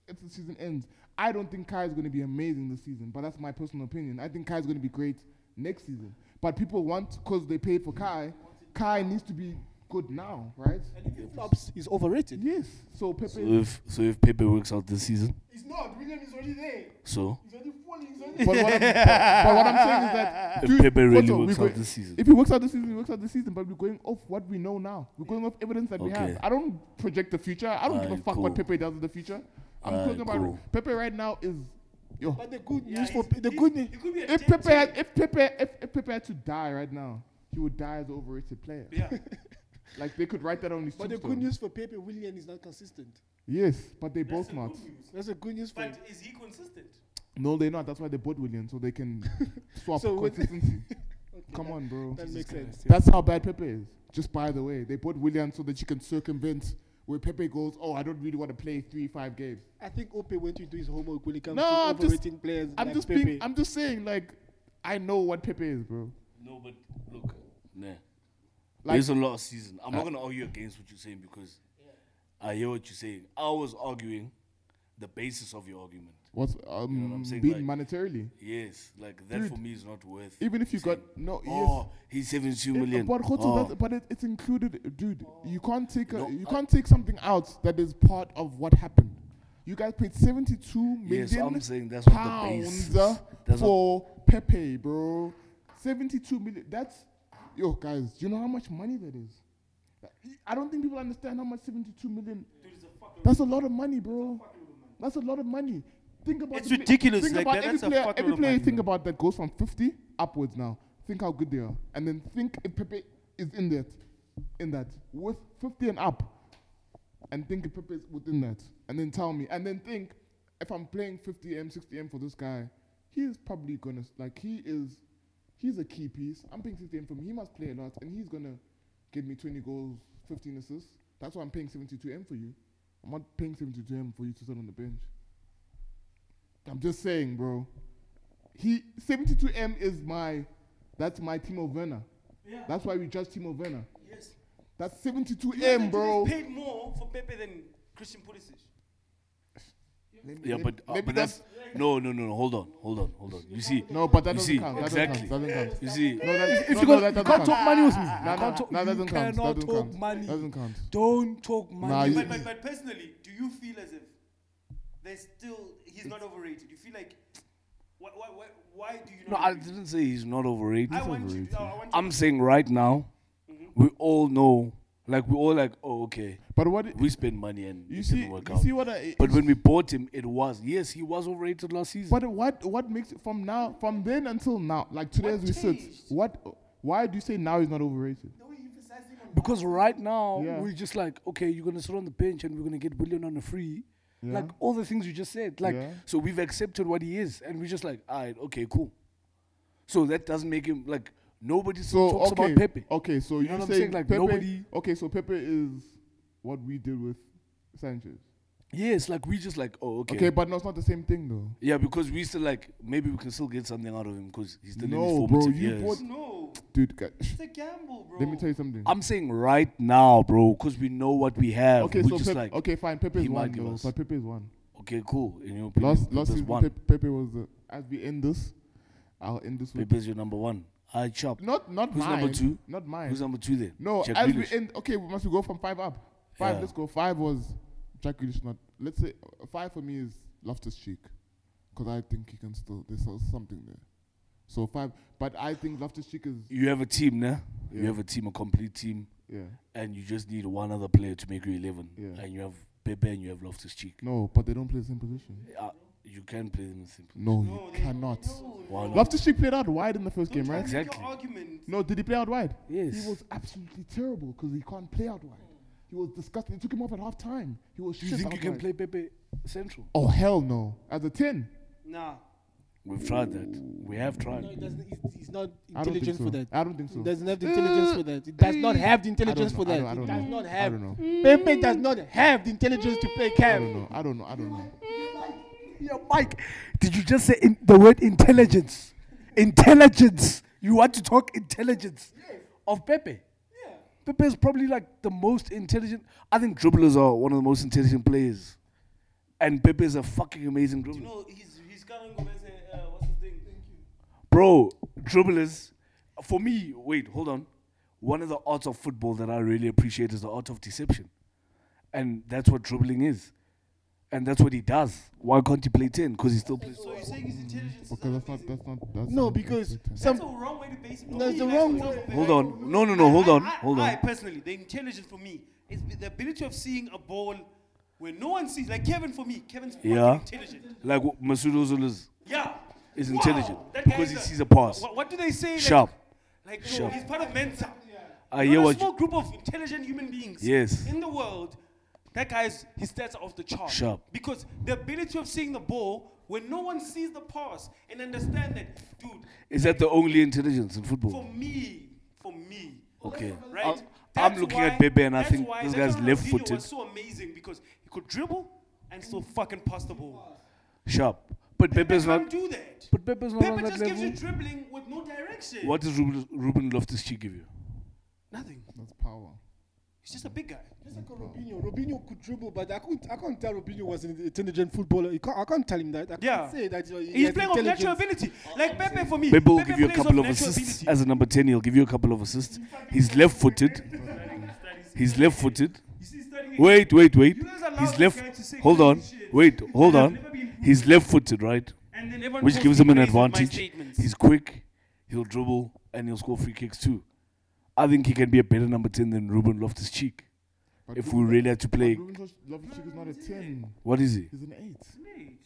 if the season ends, I don't think Kai is going to be amazing this season. But that's my personal opinion. I think Kai is going to be great next season. But people want because they paid for Kai. Kai needs to be good now, right? And if he flops, he's overrated. Yes. So Pepe. So if so, if Pepe works out this season, It's not. William is already there. so He's already falling. He's but, already. what I'm, but, but what I'm saying is that If dude, Pepe really Koto, works we're out this season. If he works out this season, he works out this season. But we're going off what we know now. We're going off evidence that we Okay. have. I don't project the future. I don't give a Alright, fuck what cool. Pepe does in the future. I'm Alright, talking about cool. Pepe right now is yo. But the good Yeah, news for he's- Pe- the he's- good news. he could be a If dead Pepe, team. had, if Pepe, if, if Pepe had to die right now, he would die as an overrated player. Yeah. Like they could write that on his But the tombstone. good news for Pepe, William is not consistent. Yes, but they That's both the not. good news. That's a good news for. him. But is he consistent? No, they're not. That's why they bought William so they can swap So with- consistency. Come on, bro. That makes sense. That's how bad Pepe is. Just by the way, they bought William so that you can circumvent where Pepe goes. Oh, I don't really want to play three, five games. I think Ope went to do his homework when it comes No, to I'm just- overrating players. I'm like just Pepe. being. I'm just saying. Like, I know what Pepe is, bro. no. But look, nah. Like- Uh, Based on last season, I'm not going to argue against what you're saying because I hear what you're saying. I was arguing the basis of your argument. What's um, what I'm saying? being Like- monetarily? Yes, like that Dude, for me is not worth. Even if you saying, got no, yes. oh, he's 72 It- million. Eh, But Khotso, Oh, that's- but it, it's included, dude. You can't take a, No, you I- can't take something out that is part of what happened. You guys paid 72 million Yes, I'm saying that's what the pounds uh, base. is. That's what, for Pepe, bro. 72 million. That's, yo, guys, do you know how much money that is? I don't think people understand how much 72 million. That's a lot of money, bro. That's a lot of money. Think about It's the pla- ridiculous, Think like about that, every that's a player, fucking every lot of player you money, think man. about that goes from 50 upwards now. Think how good they are, and then think if Pepe is in that, in that with 50 and up, and think if Pepe is within that, and then tell me, and then think if I'm playing 50 m, 60 m for this guy, he is probably gonna s- like he is, he's a key piece. I'm paying 60 m for him. He must play a lot, and he's gonna give me 20 goals, 15 assists. That's why I'm paying 72 m for you. I'm not paying 72 m for you to sit on the bench. I'm just saying, bro. He 72M is my that's my Timo Werner. Yeah. That's why we judge Timo Werner. Yes. That's Jordan 72M, Tuchel bro. Paid more for Pepe than Christian Pulisic. yeah, Maybe- but, uh, maybe but that's, no, no, no, no. Hold on, hold on, hold on. You see, no, but that you doesn't see, count. That exactly. doesn't count. That doesn't count. you see, No, that, If no, you, got, no, that you doesn't can't count. talk money with me. You Nah, nah, can't talk- nah, that you doesn't count. That cannot doesn't talk count. money. That doesn't count. Don't talk money. Nah, you- But, but, but personally, do you feel as if there's still he's not overrated? You feel like why why why, why do you no, not? I agree? didn't say he's not overrated. I want you. I want you. I'm saying right now, we all know, like we all like, oh, okay, But what i- we spend money and you it see? didn't work You out. see what I? but when we bought him, it was yes, he was overrated last season. But what what makes it from now from then until now, like today as we sit, changed? what? Why do you say now is not overrated? Because right now Yeah. we're just like, okay, you're gonna sit on the bench and we're gonna get William on a free. Like all the things you just said. Like Yeah. so we've accepted what he is and we're just like, all right, okay, cool. So that doesn't make him like nobody So talks okay, about Pepe. okay, so You you know are what I'm saying, saying? Like, Pepe, nobody- Okay, so Pepe is what we did with Sanchez. Yes, like we just like, oh okay. Okay, but no, it's not the same thing though. Yeah, because we still like maybe we can still get something out of him because he's still in his No, bro, formative you years. bought, No, dude. guy- it's a gamble, bro. Let me tell you something. I'm saying right now, bro, because we know what we have. okay, we're so just Pep, like, okay, fine. Pepe is he might one, give though, us- but Pepe is one. okay, cool. In your opinion, Last Pepe's last season, one. Pepe, Pepe was the. As we end this, I'll end this with Pepe's your number one. I chop. not not Who's mine. number two? Not mine. Who's number two then? no, Jack as Grealish. we end. Okay, we must we go from five up. Five. Yeah. Let's go. Five was Jack Grealish. Not. Let's say uh, five for me is Loftus Cheek, because I think he can still. There's still something there. So five, but I think Loftus Cheek is you have a team, nah? Yeah. You have a team, a complete team, yeah. and you just need one other player to make you eleven. Yeah. And you have Pepe and you have Loftus Cheek. No, but they don't play the same position. Uh, you can play them in simple. No, you cannot. Why not? Loftus Cheek played out wide in the first game, right? Make Exactly. Your argument. No, did he play out wide? Yes. He was absolutely terrible because he can't play out wide. He was disgusting. They took him off at half time. He was Do you shit think out you can wide. play Pepe central? Oh hell no! As a ten, Nah. We've tried that. We have No, it tried. doesn't. He's, he's not I don't think intelligent so. for that. I don't think so. He doesn't have the intelligence for that. He does not have the intelligence know, for I that. don't- I He don't does know. not I have. don't know. Pepe does not have the intelligence to play I cam. don't know. I don't know. I don't know. Yeah, Mike, did you just say in the word intelligence? Intelligence. You want to talk intelligence of Pepe? Yeah. Pepe is probably like the most intelligent. I think dribblers are one of the most intelligent players, and Pepe is a fucking amazing dribbler. You know he's he's coming over and say, uh, what's his thing? Thank you. Bro, dribblers, for me, wait, hold on. One of the arts of football that I really appreciate is the art of deception. And that's what dribbling is. And that's what he does. Why can't he play 10? Because he still plays. So you're saying his intelligence is Because that's not. amazing. That's not. That's No, not because consistent. That's some a wrong way to base it. No, it's Me, the like, wrong for way. example, Hold I- on. No, no, no, hold on. I, Hold I on. personally, the intelligence for me is the ability of seeing a ball where no one sees. Like Kevin, for me, Kevin's fucking Yeah. intelligent. Like what Masoud Ozil is. Yeah. Is intelligent that guy because is he sees a pass. What, what do they say? Like, Sharp. Like, yo, Sharp. he's part of Mensa. I You hear know the what you- small group of intelligent human beings Yes. in the world. That guy's his stats are off the chart. Sharp. Because the ability of seeing the ball when no one sees the pass and understand that, dude, Is that the only intelligence in for football? me, for me, Okay. right? I'm- I'm That's looking at Pepe and I that's think why- this that's guy's why Ronaldinho left-footed. Was so amazing because he could dribble and still fucking pass the ball. Sharp. But Pepe's Pepe can't not. do that. But Pepe's not Pepe on that just gives you level. dribbling with no direction. What does Ruben, Ruben Loftus Cheek give you? Nothing. That's power. He's just a big guy. Just like a Robinho. Robinho could dribble, but I couldn't. I can't tell Robinho was an intelligent footballer. You can't, I can't tell him that. I can't Yeah. say that. He He's has playing off natural intelligence. ability. Like Pepe for me. Pepe will give you a plays off couple of natural assists. ability. As a number 10, he'll give you a couple of assists. He's left footed. He's left footed. You see, he's studying- Wait, wait, wait. You guys allow He's this left. guy to say Hold on. crazy shit. Wait, hold I've on. never been- He's left-footed, right? And then everyone Which calls gives me him an crazy with my advantage. statements. He's quick. He'll dribble and he'll score free kicks too. I think he can be a better number ten than Ruben Loftus-Cheek. But If we really had to play, Loftus-Cheek is not a ten. what is he? He's an eight.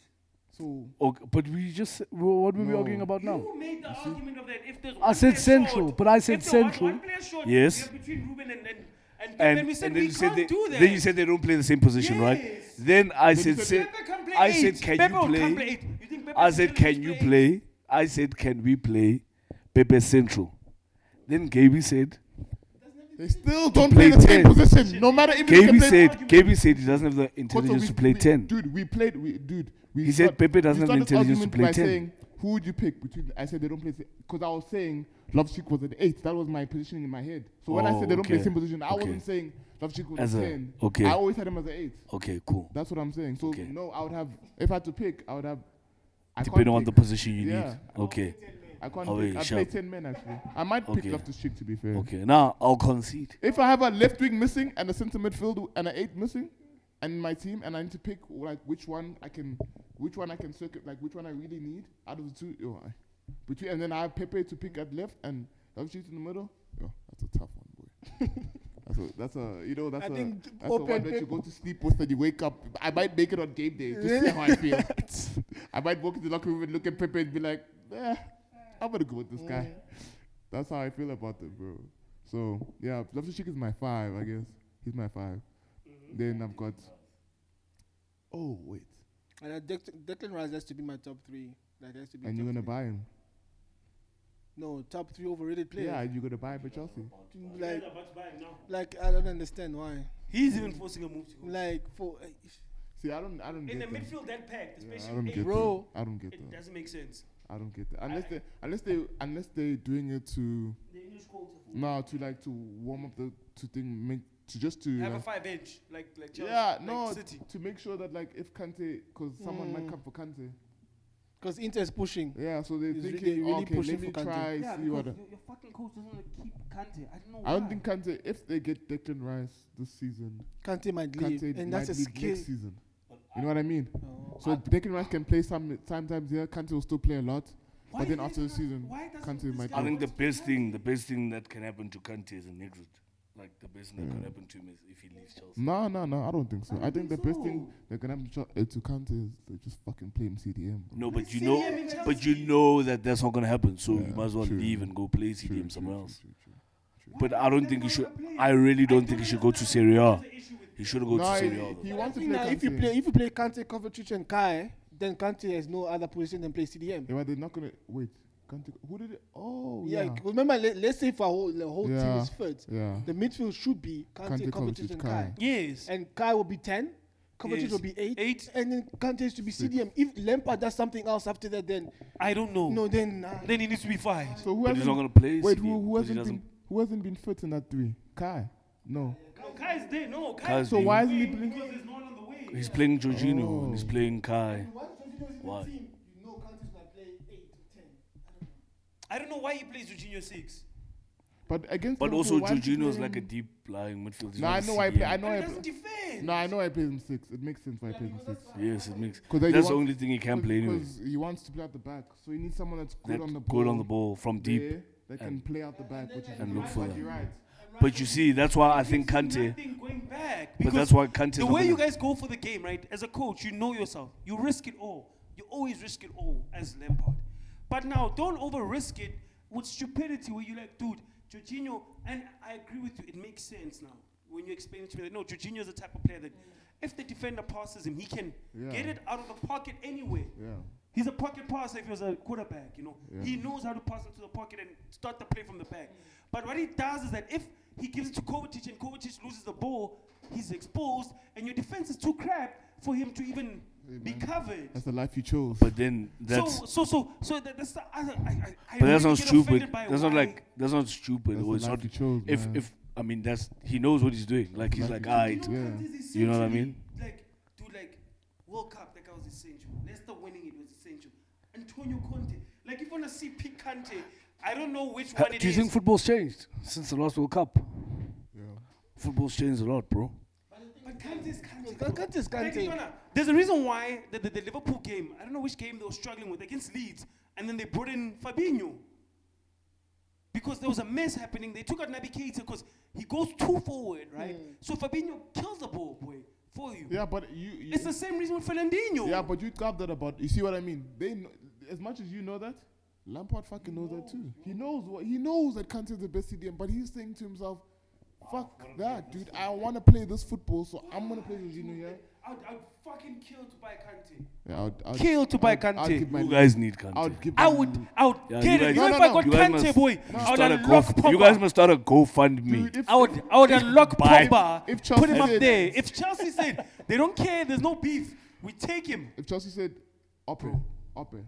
So Okay, but we just what were we No. arguing about now? Who made the argument of that? If there's I one said player central, short- but I said if the one- central. One player short, Yes. yeah, between Ruben and and and, And, then we said and we you said can't they, do that. Then you said they don't play the same position, right? Yes. Then I said, said say- Pepe can play I eight. said, can Pepe you will play? come eight. You think Pepe I is said, gonna can you eight? play? I said, can we play Pepe Central? Then Gaby said, they still don't play play the same 10. position. No matter if they Gaby play- said, Gaby said he doesn't have the Koto, intelligence we- to play we- 10. Dude, we played. We, dude, we He said start- Pepe doesn't we have the started intelligence to argument play by 10. Saying, Who would you pick between? I said they don't play because I was saying Lovesick was an eight. That was my positioning in my head. So when I Oh, said they don't play okay. the same position, I Okay. wasn't saying Lovesick was As a a- ten. okay. I always had him as an eight. Okay, cool. That's what I'm saying. So Okay. no, I would have if I had to pick, I would have. I can't Depending on the pick. position you Yeah. need. Okay, I can't. Oh, pick. wait, I play sharp. ten men actually. I might Okay. pick Loftus-Cheek to be fair. okay. Now I'll concede. If I have a left wing missing and a centre midfield and an eight missing, and my team, and I need to pick like which one I can, which one I can circuit, like which one I really need out of the two, yo, I, between, and then I have Pepe to pick at left and Lovchuk in the middle. Yo, that's a tough one, boy. that's a, that's a, you know, that's I a think that's the one open that you Pep- go to sleep with and you wake up. I might make it on game day. Just see how I feel. I might walk into the locker room and look at Pepe and be like, eh, I'm gonna go with this guy. Mm. That's how I feel about it, bro. So yeah, Loftus Cheek is my five, I guess. He's my 5 Mm-hmm. Then I've got. Oh wait, And I Dec- Declan Rice has to be my top three. Like has to be. and top you're gonna three. buy him? No, top three overrated player. Yeah, you're gonna buy him for Chelsea. Like, Yeah, but by now. like I don't understand why. He's even forcing a move to go. Like for eh, See, I don't, I don't In the get that. midfield, that pack, Yeah, especially I don't eight, get Bro. that. I don't get it that. doesn't make sense. I don't get that. Unless they, unless they, unless they're doing it to, The English culture. no, to like to warm up the to thing, make to just to Have a like- five inch, like like Chelsea, yeah, like no, City. to make sure that like if Kante, because someone might come for Kante. because Inter's pushing. Yeah, so they're He's really- thinking, really okay, pushing let me for Kante. try Yeah, see what. because your, your fucking coach doesn't want to keep Kante. I don't know. I why. don't think Kante, if they get Declan Rice this season, Kante might leave, Kante and might that's a leave skill. next season. You know what I mean? Oh. So Declan Rice can play some sometimes here. Kante will still play a lot, Why but then does after the not- season, why doesn't Kante this might. guy I leave. think the best thing, the best thing that can happen to Kante is an exit. Like the best thing that can happen to him is if he leaves Chelsea. No, no, no. I don't think so. I, think, think the best thing so. they're gonna have to, try, uh, to Kante is they just fucking play him CDM. bro. No, but you see him know, in but you Chelsea. know that that's not gonna happen. So you Yeah, might as well true. leave and go play True, CDM true, somewhere true, else. true, true. But I don't think he does should. that play? I really don't I think he don't should go to understand Serie A. There's an issue with He shouldn't go No, to he- Serie A. though. he I wants to think play. now if you Kante. play if you play Kante, Kovacic, and Kai, then Kante has no other position than play CDM. Yeah, but they're not gonna wait. Kante, who did it? Oh, Yeah, yeah, 'cause remember let, let's say if our whole the whole team Yeah. is third, yeah. the midfield should be Kante, Kante, Kovacic, and Kovacic, Kai. Kai. Yes. And Kai will be ten, Kovacic Yes. will be eight, Eight. and then Kante is to be CDM. If Lampard does something else after that, then I don't know. no, then uh, nah. Then he needs to be fired. So who But he's hasn't- not gonna play. Wait, CDM who, who 'cause he hasn't doesn't- been who hasn't been fit in that three? Kai. No. No, Kai's there. No, Kai. Kai's So been- why isn't he playing? Because there's no one on the way. He's playing Jorginho and he's Oh. playing Kai. Why? you know Kante's gonna play eight to ten. I don't know why he plays Eugenio six. But against But also Liverpool, why isn't he Jorginho is like a playing- deep lying midfield. He's No, not I a know I play. I CDM. know He I. doesn't Play. defend. No, I know I play him six. It makes sense why I play him six. Yes, it makes. Because That's the only thing he can play anyway. Because he wants to play at the back, so he needs someone that's good That on the ball. good on the ball from deep. there, that can play out the back, which is And look for but them. you're right. But you see, that's why I think Gives him Kante. nothing going back. But Because that's why Kante. the way you guys go for the game, right? As a coach, you know yourself. You risk it all. You always risk it all as Lampard. But now, don't over risk it with stupidity where you're like, dude, Jorginho, and I agree with you, it makes sense now when you explain it to me that no, Jorginho is the type of player that if the defender passes him, he can Yeah. get it out of the pocket anywhere. Yeah. He's a pocket passer if he was a quarterback, you know. Yeah. He knows how to pass into the pocket and start the play from the back. But what he does is that if he gives it to Kovacic and Kovacic loses the ball, he's exposed and your defense is too crap for him to even be covered. That's the life you chose. But then that's. so so so so that, that's the other I, I, I But that's really not get stupid. offended by That's not why- like. That's not stupid. That's or the it's life not. you chose, If man. if I mean that's he knows what he's doing. Like he's the like, life you ah, it. chose. You know, Yeah. Kante is You know what I mean? essentially Like, dude, like, World Cup, like I was essential. Leicester winning it was essential. Antonio Conte, like, if you wanna see P Conte, I don't know which Ha- one it is. Do you think football's changed since the last World Cup? yeah. Football's changed a lot, bro. but Kante's Kante. Kante is Like, Kante. no, no. There's a reason why the, the, the Liverpool game, I don't know which game they were struggling with against Leeds, and then they brought in Fabinho. Because there was a mess happening. They took out Naby Keita because he goes too forward, right? So Fabinho kills the ball, boy, for you. Hmm. Yeah, but you. you It's the same reason with Fernandinho. yeah, but you got that about. You see what I mean? They, kn- as much as you know that, Lampard fucking knows that too. He knows what he knows that Kante's the best CDM, but he's saying to himself, "Fuck that, dude! I want to play this football, so I'm gonna play Jorginho here." I'd, I'd fucking kill to buy Kante. Yeah, I'd, I'd, Kill to buy I'd- I'd Kante. give my- You guys need Kante. I'd give I my- would, I would Yeah, get you it. guys- Even No, if no, I no. got you guys Kante, must boy, I would start a unlock go, you guys Pogba. must start a GoFundMe. Dude, if- I would, I would unlock Buy- Pogba, if put him Chelsea up did- there. If Chelsea said they don't care, there's no beef, we take him. If Chelsea said, "Up it, up it,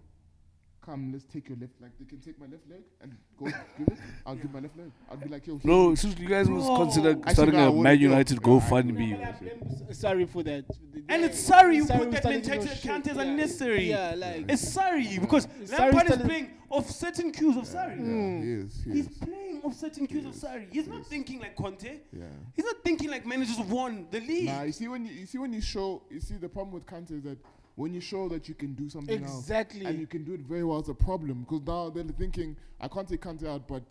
come, let's take your left leg. They can take my left leg and go give it. I'll give my left leg. I'd be like, yo, No, seriously, you guys must consider Actually, starting no, I a wouldn't Man do it. United Yeah, I GoFundMe. Sorry for that. And Yeah, it's sorry you sorry put we that started mentality doing that Kante is shit. Yeah. unnecessary. Yeah, like- it's sorry because sorry Lampard is started- playing off certain cues of sorry. Yes, yes, He's playing off certain cues of sorry. He's not thinking like Conte. yeah. He's not thinking like managers have won the league. Nah, you see when you, you see when you show you see the problem with Kante is that when you show that you can do something else Exactly. and you can do it very well, it's a problem because now they're thinking I can't take Kante out, but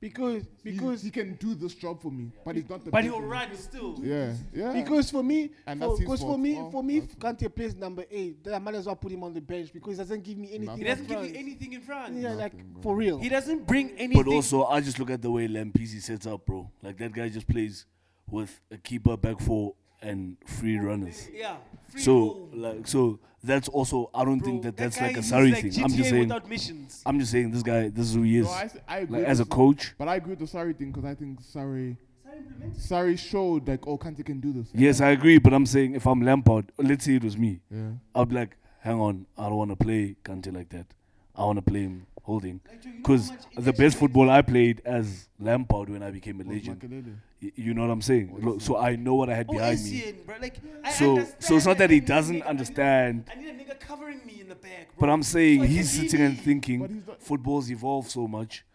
Because he- because he, can do this job for me, but he's not the. but best he'll in- run still. Yeah, yeah. Because for me, And for, that's his because for fault. me, Oh, for me, okay. Kante plays number eight. Then I might as well put him on the bench because he doesn't give me anything. Nothing. He up doesn't give you front. anything in front. Yeah, like for real. He doesn't bring anything. But also, I just look at the way Lampisi sets up, bro. Like that guy just plays with a keeper, back four, and free runners. yeah, free So, roll. like, so that's also. I don't think that Bro, that's guy like a is sorry like thing. GTA I'm just saying. Without missions. I'm just saying this guy. This is who he is. No, I, s- I agree like as a with- coach, But I agree with the Sari thing because I think Sari, Sari showed like, oh, Kante can do this. yes, I agree. But I'm saying if I'm Lampard, let's say it was me, Yeah. I'd be like, hang on, I don't want to play Kante like that. I want to play him holding, do you know how because much the best football I played as Lampard when I became a Was legend. Makelele. Y- You know what I'm saying? Look, so I know what I had Oh, behind me. Essien, bro. Like, I So, understand so it's not that he I need a doesn't nigga- I need a- understand, I need a nigga covering me in the back, bro. but I'm saying So I can he's sitting and DD. But thinking he's not- football's evolved so much,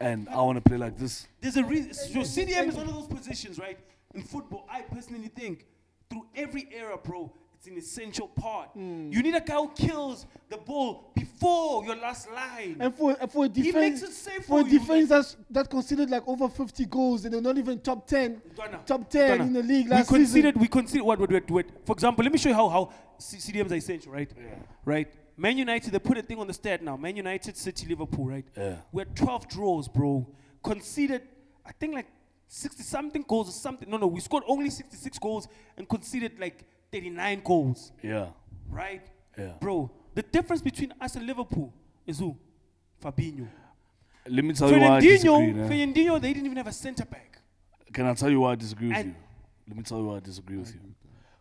and I want to play like this. There's a reason. So CDM is one of those positions, right? In football, I personally think through every era, bro, it's an essential part. You need a guy who kills the ball before your last line. And for and for a makes defense, it safe for, a for you, defense like- that's that considered like over fifty goals and they're not even top ten, Ghana. top ten Ghana. in the league last we conceded, season. We conceded. What? What? What? what for example, let me show you how how C- CDMs are essential, right? Right. Man United, they put a thing on the stat now. Man United, City, Liverpool, right? Yeah. We had 12 draws, bro. Conceded, I think like 60 something goals or something. No, no, we scored only 66 goals and conceded like 39 goals, Yeah, right? Yeah. Bro, the difference between us and Liverpool is who? Fabinho. let me tell you why I disagree. Fernandinho, nah. Fernandinho, they didn't even have a centre back. Can I tell you why I disagree with And- you? Let me tell you why I disagree with you.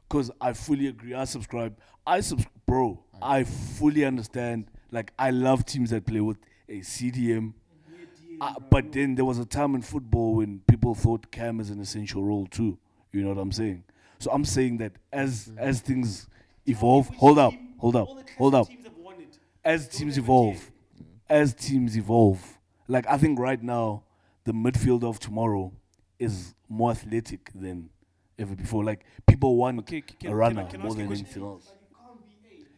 Because I fully agree. I subscribe. I subs- bro. I fully understand. Like I love teams that play with a CDM. Uh, but then there was a time in football when people thought Cam is an essential role too. You know what I'm saying? So I'm saying that as as things evolve, Which hold up, team- hold up, all the classic hold up teams have won it. as teams evolve, as teams evolve, like I think right now, the midfield of tomorrow is more athletic than ever before. Like people want Okay, c- can- a can I- runner can I more ask you than a question? anything else.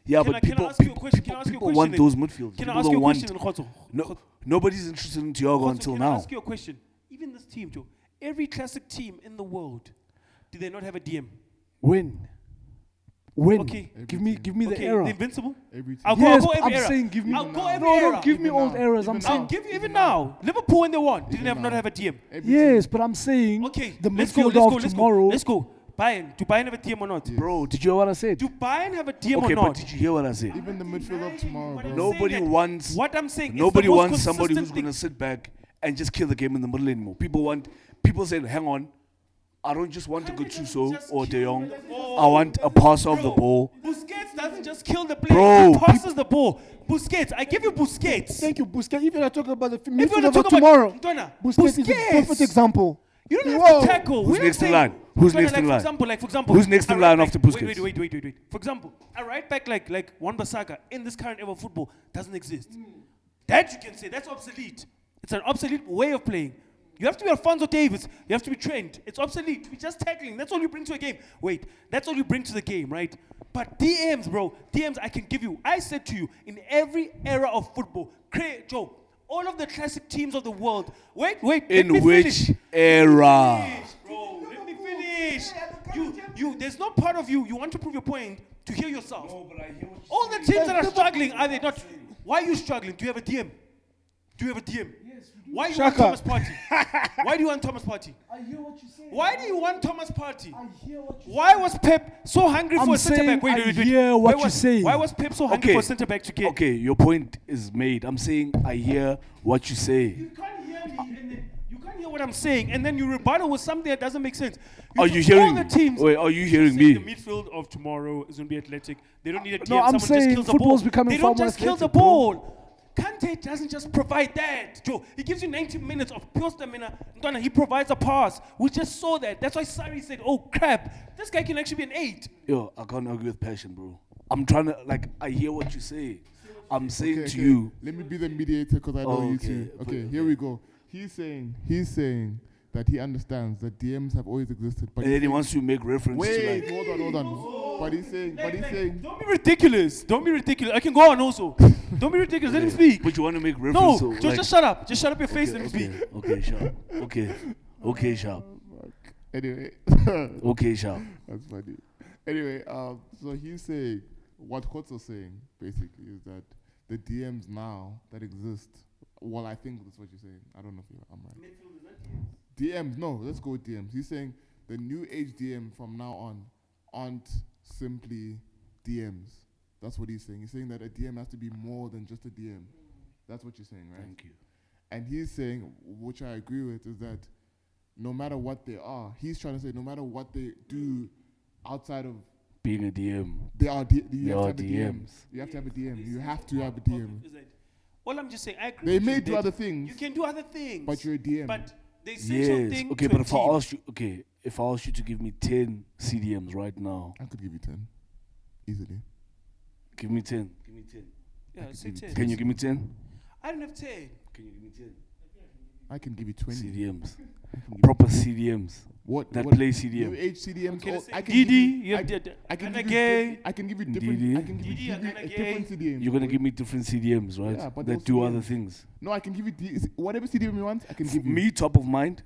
Yeah, Can but I- can I people, ask you a people- question? Can I people- ask you a people want question those then? midfields. Can I people ask you a don't want- question, Nkgotso? No, nobody's interested in Thiago Also, until can I now. ask you a question? Even this team, Joe, every classic team in the world, do they not have a DM? When? When? Okay. Give me, give me the okay, error. the Invincible. Every team. I'll go, yes, I'll go every I'm era. saying give me. I'll go every no, era. don't give me Even old now. errors. I'm Even saying. I'll give you even now. Liverpool when they won didn't have not have a DM. Every Yes, but I'm saying Okay, the let's go. midfield Let's go. of Let's tomorrow. go. Let's go. Bayern. Do Bayern have a DM or not? Bro, did you hear what I said? Do Bayern have a DM okay, or not? but did you hear what I said? team. Even the midfield of tomorrow, But I'm bro. No. Nobody saying that- wants- What I'm saying. is Nobody the most wants somebody who's consistent going to thing- sit back and just kill the game in the middle anymore. People want, people said, hang on, I don't just want a Kante Gattuso doesn't just or De kill Jong. the ball. I want a pass off the ball. Busquets doesn't just kill the player. Bro, he passes the ball. Busquets, I give you Busquets. Thank you, Busquets. If you're not talking about the f- If you midfield wanna of talk about tomorrow, Ntwana, Busquets, is a perfect example. You don't have Whoa. to tackle. Who's We're not next in saying- line? Who's Ntwana, next like in for line? Example, like for example, Who's next in a right line after back- Busquets? Wait, wait, wait, wait, wait, wait. For example, a right back like like Wan Bissaka in this current era of Hmm. football doesn't exist. That you can say that's obsolete. It's an obsolete way of playing. You have to be Alfonso Davis. You have to be trained. It's obsolete. We're just tackling. That's all you bring to a game. Wait, that's all you bring to the game, right? But DMs, bro, DMs I can give you. I said to you, in every era of football, create, Joe, all of the classic teams of the world. Wait, wait. let me In which finish era? finish, bro. Let me finish. You, you, there's no part of you. You want to prove your point to hear yourself. All the teams that are struggling, are they not? Why are you struggling? Do you have a DM? Do you have a DM? Why do you want Shaka. Thomas Party? Why do you want Thomas Party? I hear what you say. Why do you want Thomas Party? I hear what you Why was Pep so hungry for I'm a centre saying back? Wait, I wait, wait. wait. hear what Why you're was- saying. Why was Pep so hungry Okay. for a centre back to get? Okay, your point is made. I'm saying I hear what you say. You can't hear me, and then you can't hear what I'm saying, and then you rebuttal with something that doesn't make sense. Are you took all hearing? the teams? Wait, are you Say hearing The me? midfield of tomorrow is going to be athletic. They don't need a DM. No, I'm Someone saying just kills football's the ball. becoming They far don't more just kill the athletic, bro. ball. Kante doesn't just provide that, Joe. He gives you 90 minutes of pure stamina. Ntwana, he provides a pass. We just saw that. That's why Sari said, oh, crap. This guy can actually be an eight. Yo, I can't argue with passion, bro. I'm trying to like. I hear what you say. I'm saying Okay, to okay. you. Let me be the mediator because I know Oh, you okay. two. Put- Okay, here we go. He's saying he's saying that he understands that DMs have always existed, but And he's then he wants to make reference to wait, like. hold on, hold on. But he's saying, but he's saying, Don't be ridiculous. Don't be ridiculous. I can go on also. don't be ridiculous. Let him speak. But you want to make reference No, to just, like, just shut up. Just shut up your face okay, and okay, speak. okay, sharp. Okay, okay, sharp. anyway, Okay, sharp. that's funny. Anyway, um, so he's saying what Kotso's saying basically is that the DMs now that exist. Well, I think that's what you're saying. I don't know if you're, I'm right. DMs, no, let's go with DMs. He's saying the new age DM from now on aren't simply DMs. That's what he's saying. He's saying that a DM has to be more than just a DM. That's what you're saying, right? Thank you. And he's saying, which I agree with, is that no matter what they are, he's trying to say no matter what they do outside of Being a DM. they are D- you They have are to have a DM. DMs. You have to have a DM. You have to have a DM. Is that- All I'm just saying, I agree. They with may you do that other things, You can do other things. but you're a DM. But the essential Yes. thing. Okay, to but a if I team- asked you, okay, if I asked you to give me ten CDMs right now, I could give you ten easily. give me ten. Give me ten. yeah, say ten. Can you give me ten? I don't have ten. Can you give me ten? I can give you twenty. CDMs. Proper CDMs. What That what play New CDM. age CDMs. Can I all- say I can give Didi, you. you I, have Didi. I can give you. Kanagay. diff- I can give you different. Didi. I can give you Didi and Didi, a Kanagay. different CDMs. You're gonna give me different CDMs, right? Yeah, but those that do other CDMs things. No, I can give you D- whatever CDM you want. I can For give you. me, top of mind,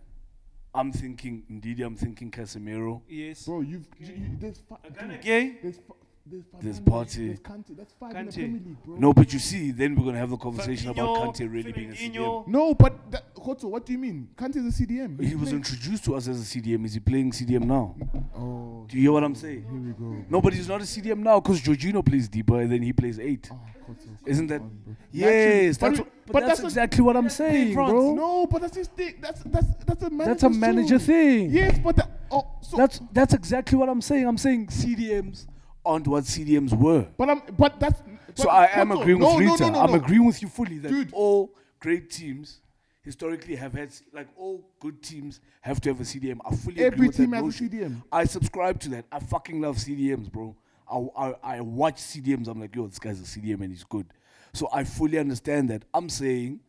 I'm thinking Ndidi, I'm thinking Casemiro. Yes. bro. You've you, you, there's fi- dude, Gay. there's fi- there's There's Fernandes, Partey. There's Kante. That's five in the Kante. Premier League, bro. No, but you see, then we're gonna have the conversation about Kante really being a CDM. Fernandinho. No, but that, Koto, what do you mean? Kante is a CDM. He was introduced to us as a CDM. Is he playing CDM now? Oh, Do you hear what I'm saying? here we go. No, but he's not a CDM now because Jorginho plays deeper and then he plays eight. Oh, Koto. Isn't that? bro. Yes, Naturally, that's but what, we- but, but that's, that's a- exactly what I'm saying, France. bro. No, but that's his thing. That's that's that's a manager. That's a manager thing. Yes, but that, oh, so That's that's exactly what I'm saying. I'm saying CDMs. aren't what CDMs were. but I'm but that's So but I am Koto, agreeing no, with no, Rita. No, no, no, I'm agreeing with you fully that Dude. all great teams historically have had like all good teams have to have a CDM. I fully agree Every with team that has a notion. CDM. I subscribe to that. I fucking love CDMs, bro. I, I I watch CDMs. I'm like, yo, this guy's a CDM and he's good. So I fully understand that. I'm saying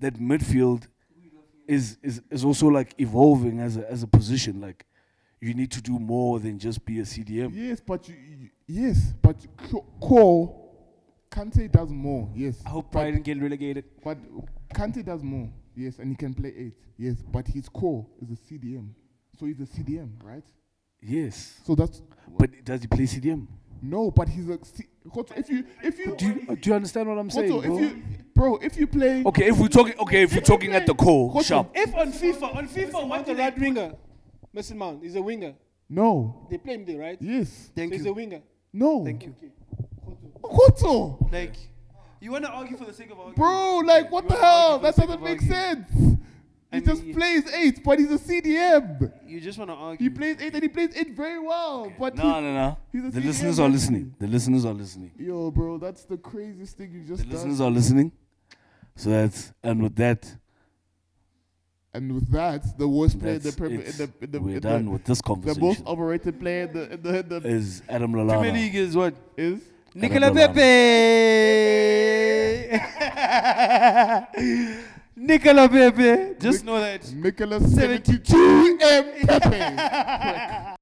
that midfield is is, is also like evolving as a as a position. Like you need to do more than just be a CDM. Yes, but you, you- yes, but Ko- Ko Kante does more. Yes. I hope but, Brighton get relegated. but Kante does more. Yes, and he can play eight. Yes, but his core is a CDM. So he's a CDM, right? Yes. So that's But does he play CDM? no, but he's a C- Koto, if you if you Do you, uh, do you understand what I'm saying, Koto, if bro? you bro if you play Okay, if we're talking, okay, if we're talking at the core, Koto. sharp. If on FIFA, on FIFA, what Mount do the they right winger. Mason Mount is a winger. no They play him there, right? yes Thank so He's a winger. no Thank you. Koto Like, you want to argue for the sake of arguing? bro like what You the wanna hell argue that for the sake doesn't of make arguing. sense. He I just mean- plays eight, but he's a CDM. You just want to argue. He plays it and he plays it very well. But No, he- no, no. he's a The CDM listeners are man. listening. The listeners are listening. yo, bro, that's the craziest thing you The just listeners done. are listening. So that's and with that, And with that, the worst player in the that's Premier in it. the in the, we're in done the, with this the most conversation. overrated player in the in the, in the Is Adam Premier Lallana? League is what? is Nicola Adam Lallana. Pepe. Nicola Pepe. Just know that. Nicholas 72 M. Pepe.